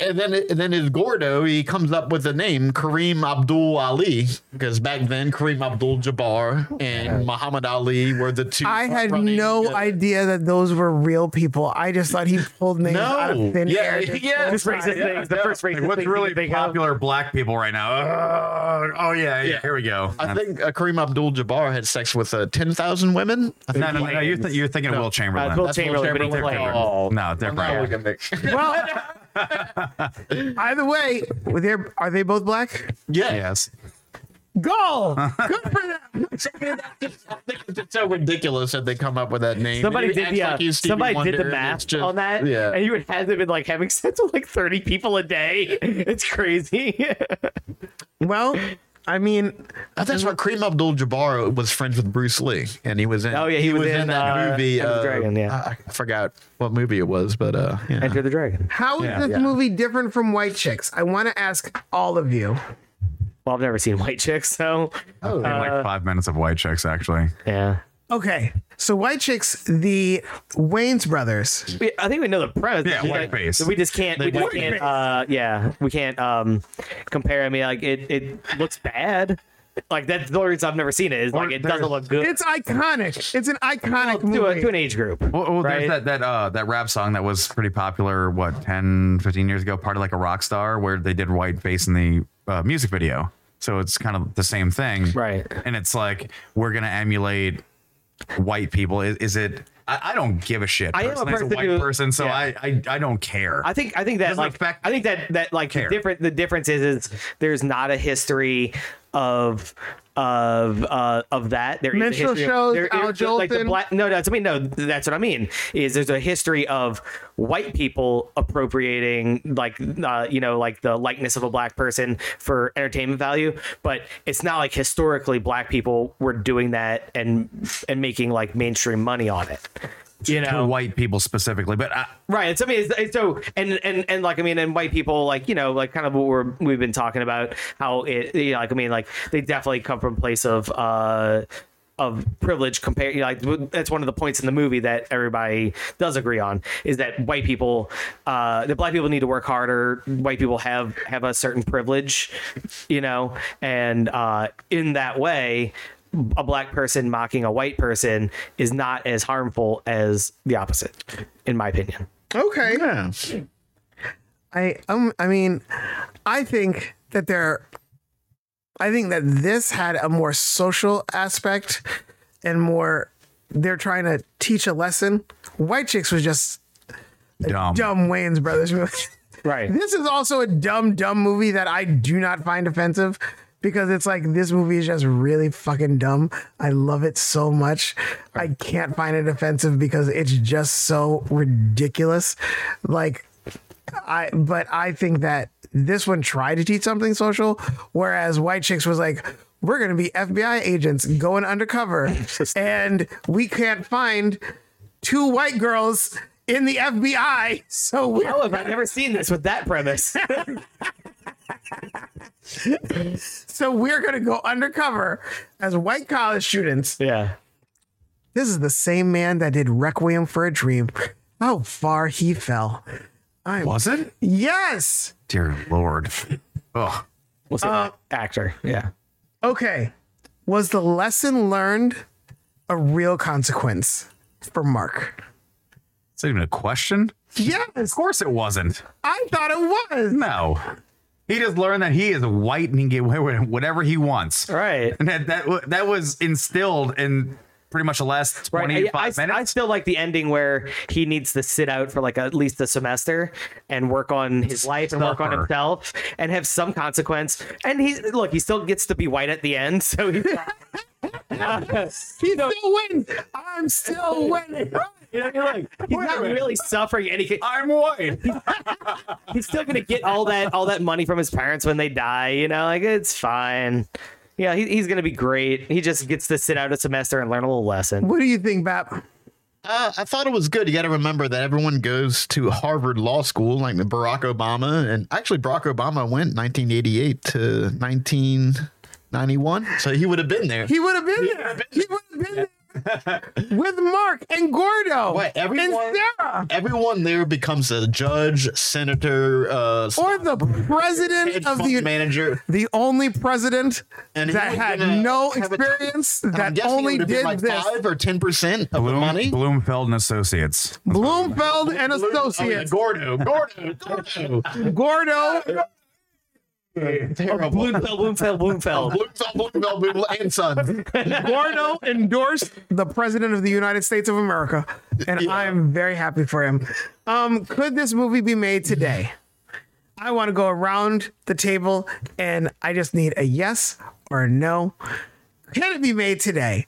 and then and then his Gordo, he comes up with the name Kareem Abdul Ali because back then Kareem Abdul Jabbar and Muhammad Ali were the two.
I had
running,
no
uh,
idea that those were real people. I just thought he pulled names out
No,
of thin
yeah,
air.
yeah,
First racist things. The first racist
Like, what's
thing
really
they
popular black people right now? Uh, oh yeah, yeah, here we go.
I think uh, Kareem Abdul Jabbar had sex with uh, ten thousand women. I think
no, no, no, no, You're, th- you're thinking of Will Chamberlain.
Uh, Will
That's Will
Chamberlain, but he
Chamberlain.
played.
Oh.
no, different.
Well, either way, were they, are they both black?
yeah,
Yes.
Goal. Good for them.
I think it's just so ridiculous that they come up with that name.
Somebody
He
did
acts
the uh,
like he's Stevie
somebody
Wonder,
did the
and
math
it's just-
on that,
Yeah,
and you would have them in like having sex with like thirty people a day. It's crazy.
Well, I mean,
I think that's why Kareem Abdul-Jabbar was friends with Bruce Lee, and he was in.
Oh, yeah, he was in, uh, Enter the Dragon, yeah.
I, I forgot what movie it was, but uh, yeah.
Enter the Dragon.
how is
Yeah.
this
Yeah.
movie different from White Chicks? I want to ask all of you.
Well, I've never seen White Chicks, so
I've seen, like five minutes of white chicks actually.
yeah.
Okay, so White Chicks, the Wayne's brothers.
We, I think we know the premise.
Yeah,
We-
white face.
We just can't. We just
white
can't. Uh, yeah, we can't um, compare. I mean, like it, it looks bad. Like that's the only reason I've never seen it. Is like it doesn't
there's-
look good
It's iconic. It's an iconic
to, a,
movie.
to an age group.
Well, well
right?
there's that that uh, that rap song that was pretty popular what 10, 15 years ago, part of like a rock star where they did white face in the uh, music video. So it's kind of the same thing,
Right.
And it's like we're gonna emulate white people. Is, is it? I, I don't give a shit.
I am a
personally, as
person
white
who-
person, so
yeah.
I, I I don't care.
I think I think that
Doesn't
like
affect-
I think that that like the
Care.
different the difference is is there's not a history of of uh of that there is
Minstrel
a history
shows,
of, there-
Al
there's, like the
Jolson.
black no that's I mean no that's what I mean is there's a history of white people appropriating like uh you know like the likeness of a black person for entertainment value but it's not like historically black people were doing that and and making like mainstream money on it you know
to white people specifically, but I,
Right. It's, I mean, it's, it's so and and and like I mean, and white people like you know like kind of what we're we've been talking about how it you know like I mean like they definitely come from a place of uh of privilege compared you know, like that's one of the points in the movie that everybody does agree on is that white people uh the black people need to work harder white people have have a certain privilege you know and uh in that way a black person mocking a white person is not as harmful as the opposite in my opinion
okay.
Yeah.
I um I mean, I think that there I think that this had a more social aspect and more they're trying to teach a lesson. White Chicks was just
dumb.
dumb Wayne's brothers movie.
right
this is also a dumb dumb movie that I do not find offensive because it's like this movie is just really fucking dumb. I love it so much. I can't find it offensive because it's just so ridiculous. Like I but I think that this one tried to teach something social, whereas White Chicks was like, we're gonna be FBI agents going undercover, and we can't find two white girls in the FBI, so we're
oh i've never seen this with that premise
so we're gonna go undercover as white college students.
yeah
This is the same man that did Requiem for a Dream. How far he fell. I'm
Was it?
yes.
Dear Lord. Oh,
We'll see. Actor. Yeah.
Okay. Was the lesson learned a real consequence for Mark?
is that even a question?
Yes,
Of course it wasn't.
I thought it was.
No. He just learned that he is white and he can get away with whatever he wants.
All right.
And that, that wa- that was instilled in pretty much the last
Right. I-
25
I, I
minutes.
still like the ending where he needs to sit out for like at least a semester and work on his life and work on
Suffer.
himself and have some consequence. And he look, he still gets to be white at the end, so he's not-
He still wins. I'm still winning.
you know, you're like, he's not really suffering any.
I'm white.
He's still gonna get all that all that money from his parents when they die. You know, like it's fine. Yeah, he, he's gonna be great. He just gets to sit out a semester and learn a little lesson.
What do you think, Bap?
Uh, I thought it was good. You got to remember that everyone goes to Harvard Law School, like Barack Obama, and actually Barack Obama went 1988 to 1991, so he would have been there.
He would have been there. He would have been there with Mark and Gordo
What,
and
everyone-
Sarah
Everyone there becomes a judge, senator, uh,
or the
hedge
president of
fund
the
manager.
the only president
And he
that
was
had
gonna
no
have a-
experience
And I'm
that
guessing it
only
would have been
did
like
this.
five or ten percent of the
Bloom,
money.
Bloomfeld and Associates.
Bloomfeld and
Oh, yeah,
Associates,
Gordo, Gordo, Gordo.
Gordo,
Terrible.
Bloomfeld, Bloomfeld, Bloomfeld.
Bloomfeld, Bloomfeld, Bloomfeld, and Son.
Gordo endorsed the president of the United States of America, and I am very happy for him. Um, could this movie be made today? I want to go around the table, and I just need a yes or a no. Can it be made today?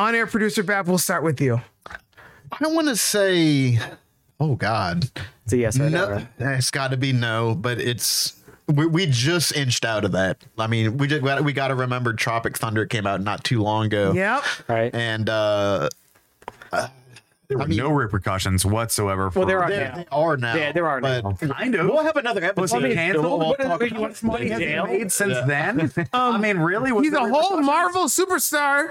On air producer Bab, we'll start with you.
I want to say, oh God,
It's a yes or a no. right?
no, it's got to be no, but it's we, we just inched out of that. I mean, we just we got to remember Tropic Thunder came out not too long ago.
Yep.
All right.
and uh,
There were no repercussions whatsoever. For
Well, there are
there
now.
they are now.
Yeah, there are
but
now.
Kind of.
We'll have another
Was
episode.
he canceled?
We'll- we'll
What is-
talk
what
about
is- what is-
it.
Has he
Jail?
made since then?
Um,
I mean, really? Was
He's a
there
whole Marvel superstar.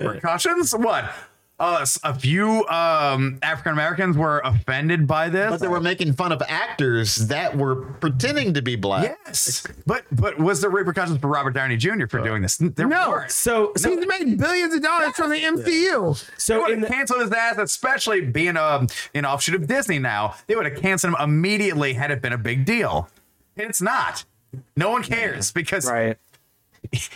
repercussions? What? Us, a few um, African Americans were offended by this.
But they were making fun of actors that were pretending to be black.
Yes, but but was there repercussions for Robert Downey Jr. for doing this? There
No.
weren't.
Uh, So, so,
He's made billions of dollars from the MCU.
They
so
would
in
have
the,
canceled his ass, especially being um, an offshoot of Disney now. They would have canceled him immediately had it been a big deal. And it's not. No one cares because
right.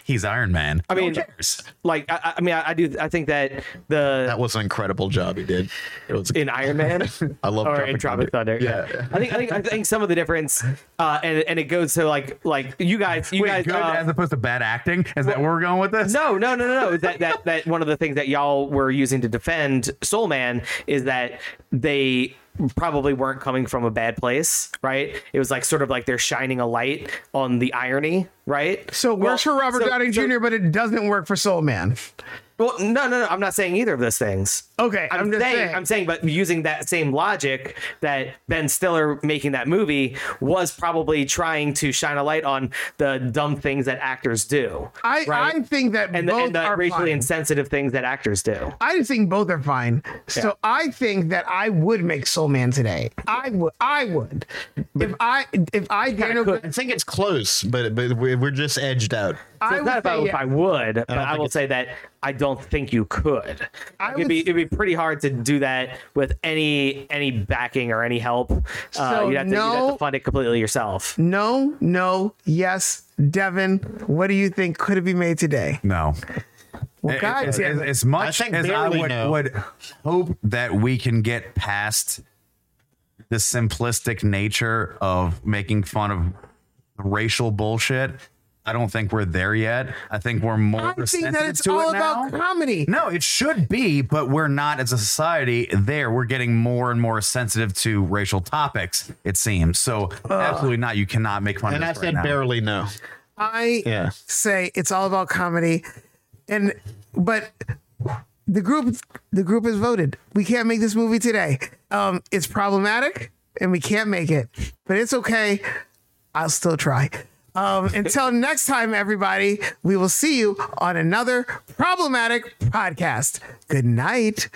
he's Iron Man. I
mean-
cares.
Like, I, I- I mean, I, I do. I think that the
That was an incredible job he did. It was.
in Iron Man.
I love
or in Tropic Thunder.
Yeah.
I think I think I think some of the difference, uh, and and it goes to like like you guys you
Wait,
guys
good
uh,
as opposed to bad acting? Is that where we're going with this?
no no no no no that that that one of the things that y'all were using to defend Soul Man is that they probably weren't coming from a bad place right it was like sort of like they're shining a light on the irony right
So it works
Well,
for Robert
so-
Downey
so-
Jr., but it doesn't work for Soul Man.
well no no no i'm not saying either of those things
Okay,
I'm,
I'm just
saying,
saying.
I'm saying, but using that same logic that Ben Stiller making that movie was probably trying to shine a light on the dumb things that actors do,
I,
Right.
I think that
and the,
both
and the
are
racially
fine.
insensitive things that actors do.
I think both are fine. So I think that I would make Soul Man today. I would. I would. If I if I Daniel,
I think it's close, but but we're we're just edged out.
I
It's
would
not about
say
if I
yeah.
would, but I,
think
will
it's-
say that I don't think you could.
I
it'd
would
be
s-
it'd be pretty hard to do that with any any backing or any help. uh,
So
you'd, have to, you'd have
no-
to fund it completely yourself.
no, no, yes, Devin. What do you think could it be made today?
No.
Well,
As-
God
as,
damn
as,
it.
as much
I think
as I
barely
would,
no.
would hope that we can get past the simplistic nature of making fun of racial bullshit, I don't think we're there yet. I think we're more
I think
sensitive
that it's
to
all
it now.
about comedy.
No, it should be, but we're not as a society there. We're getting more and more sensitive to racial topics, it seems. So, absolutely not. You cannot make fun
And
of
I
this.
said
right now.
barely no.
I
Yeah.
say it's all about comedy, and but the group the group has voted. We can't make this movie today. Um, it's problematic, and we can't make it, but it's okay. I'll still try. Um, until next time, everybody, we will see you on another problematic podcast. Good night.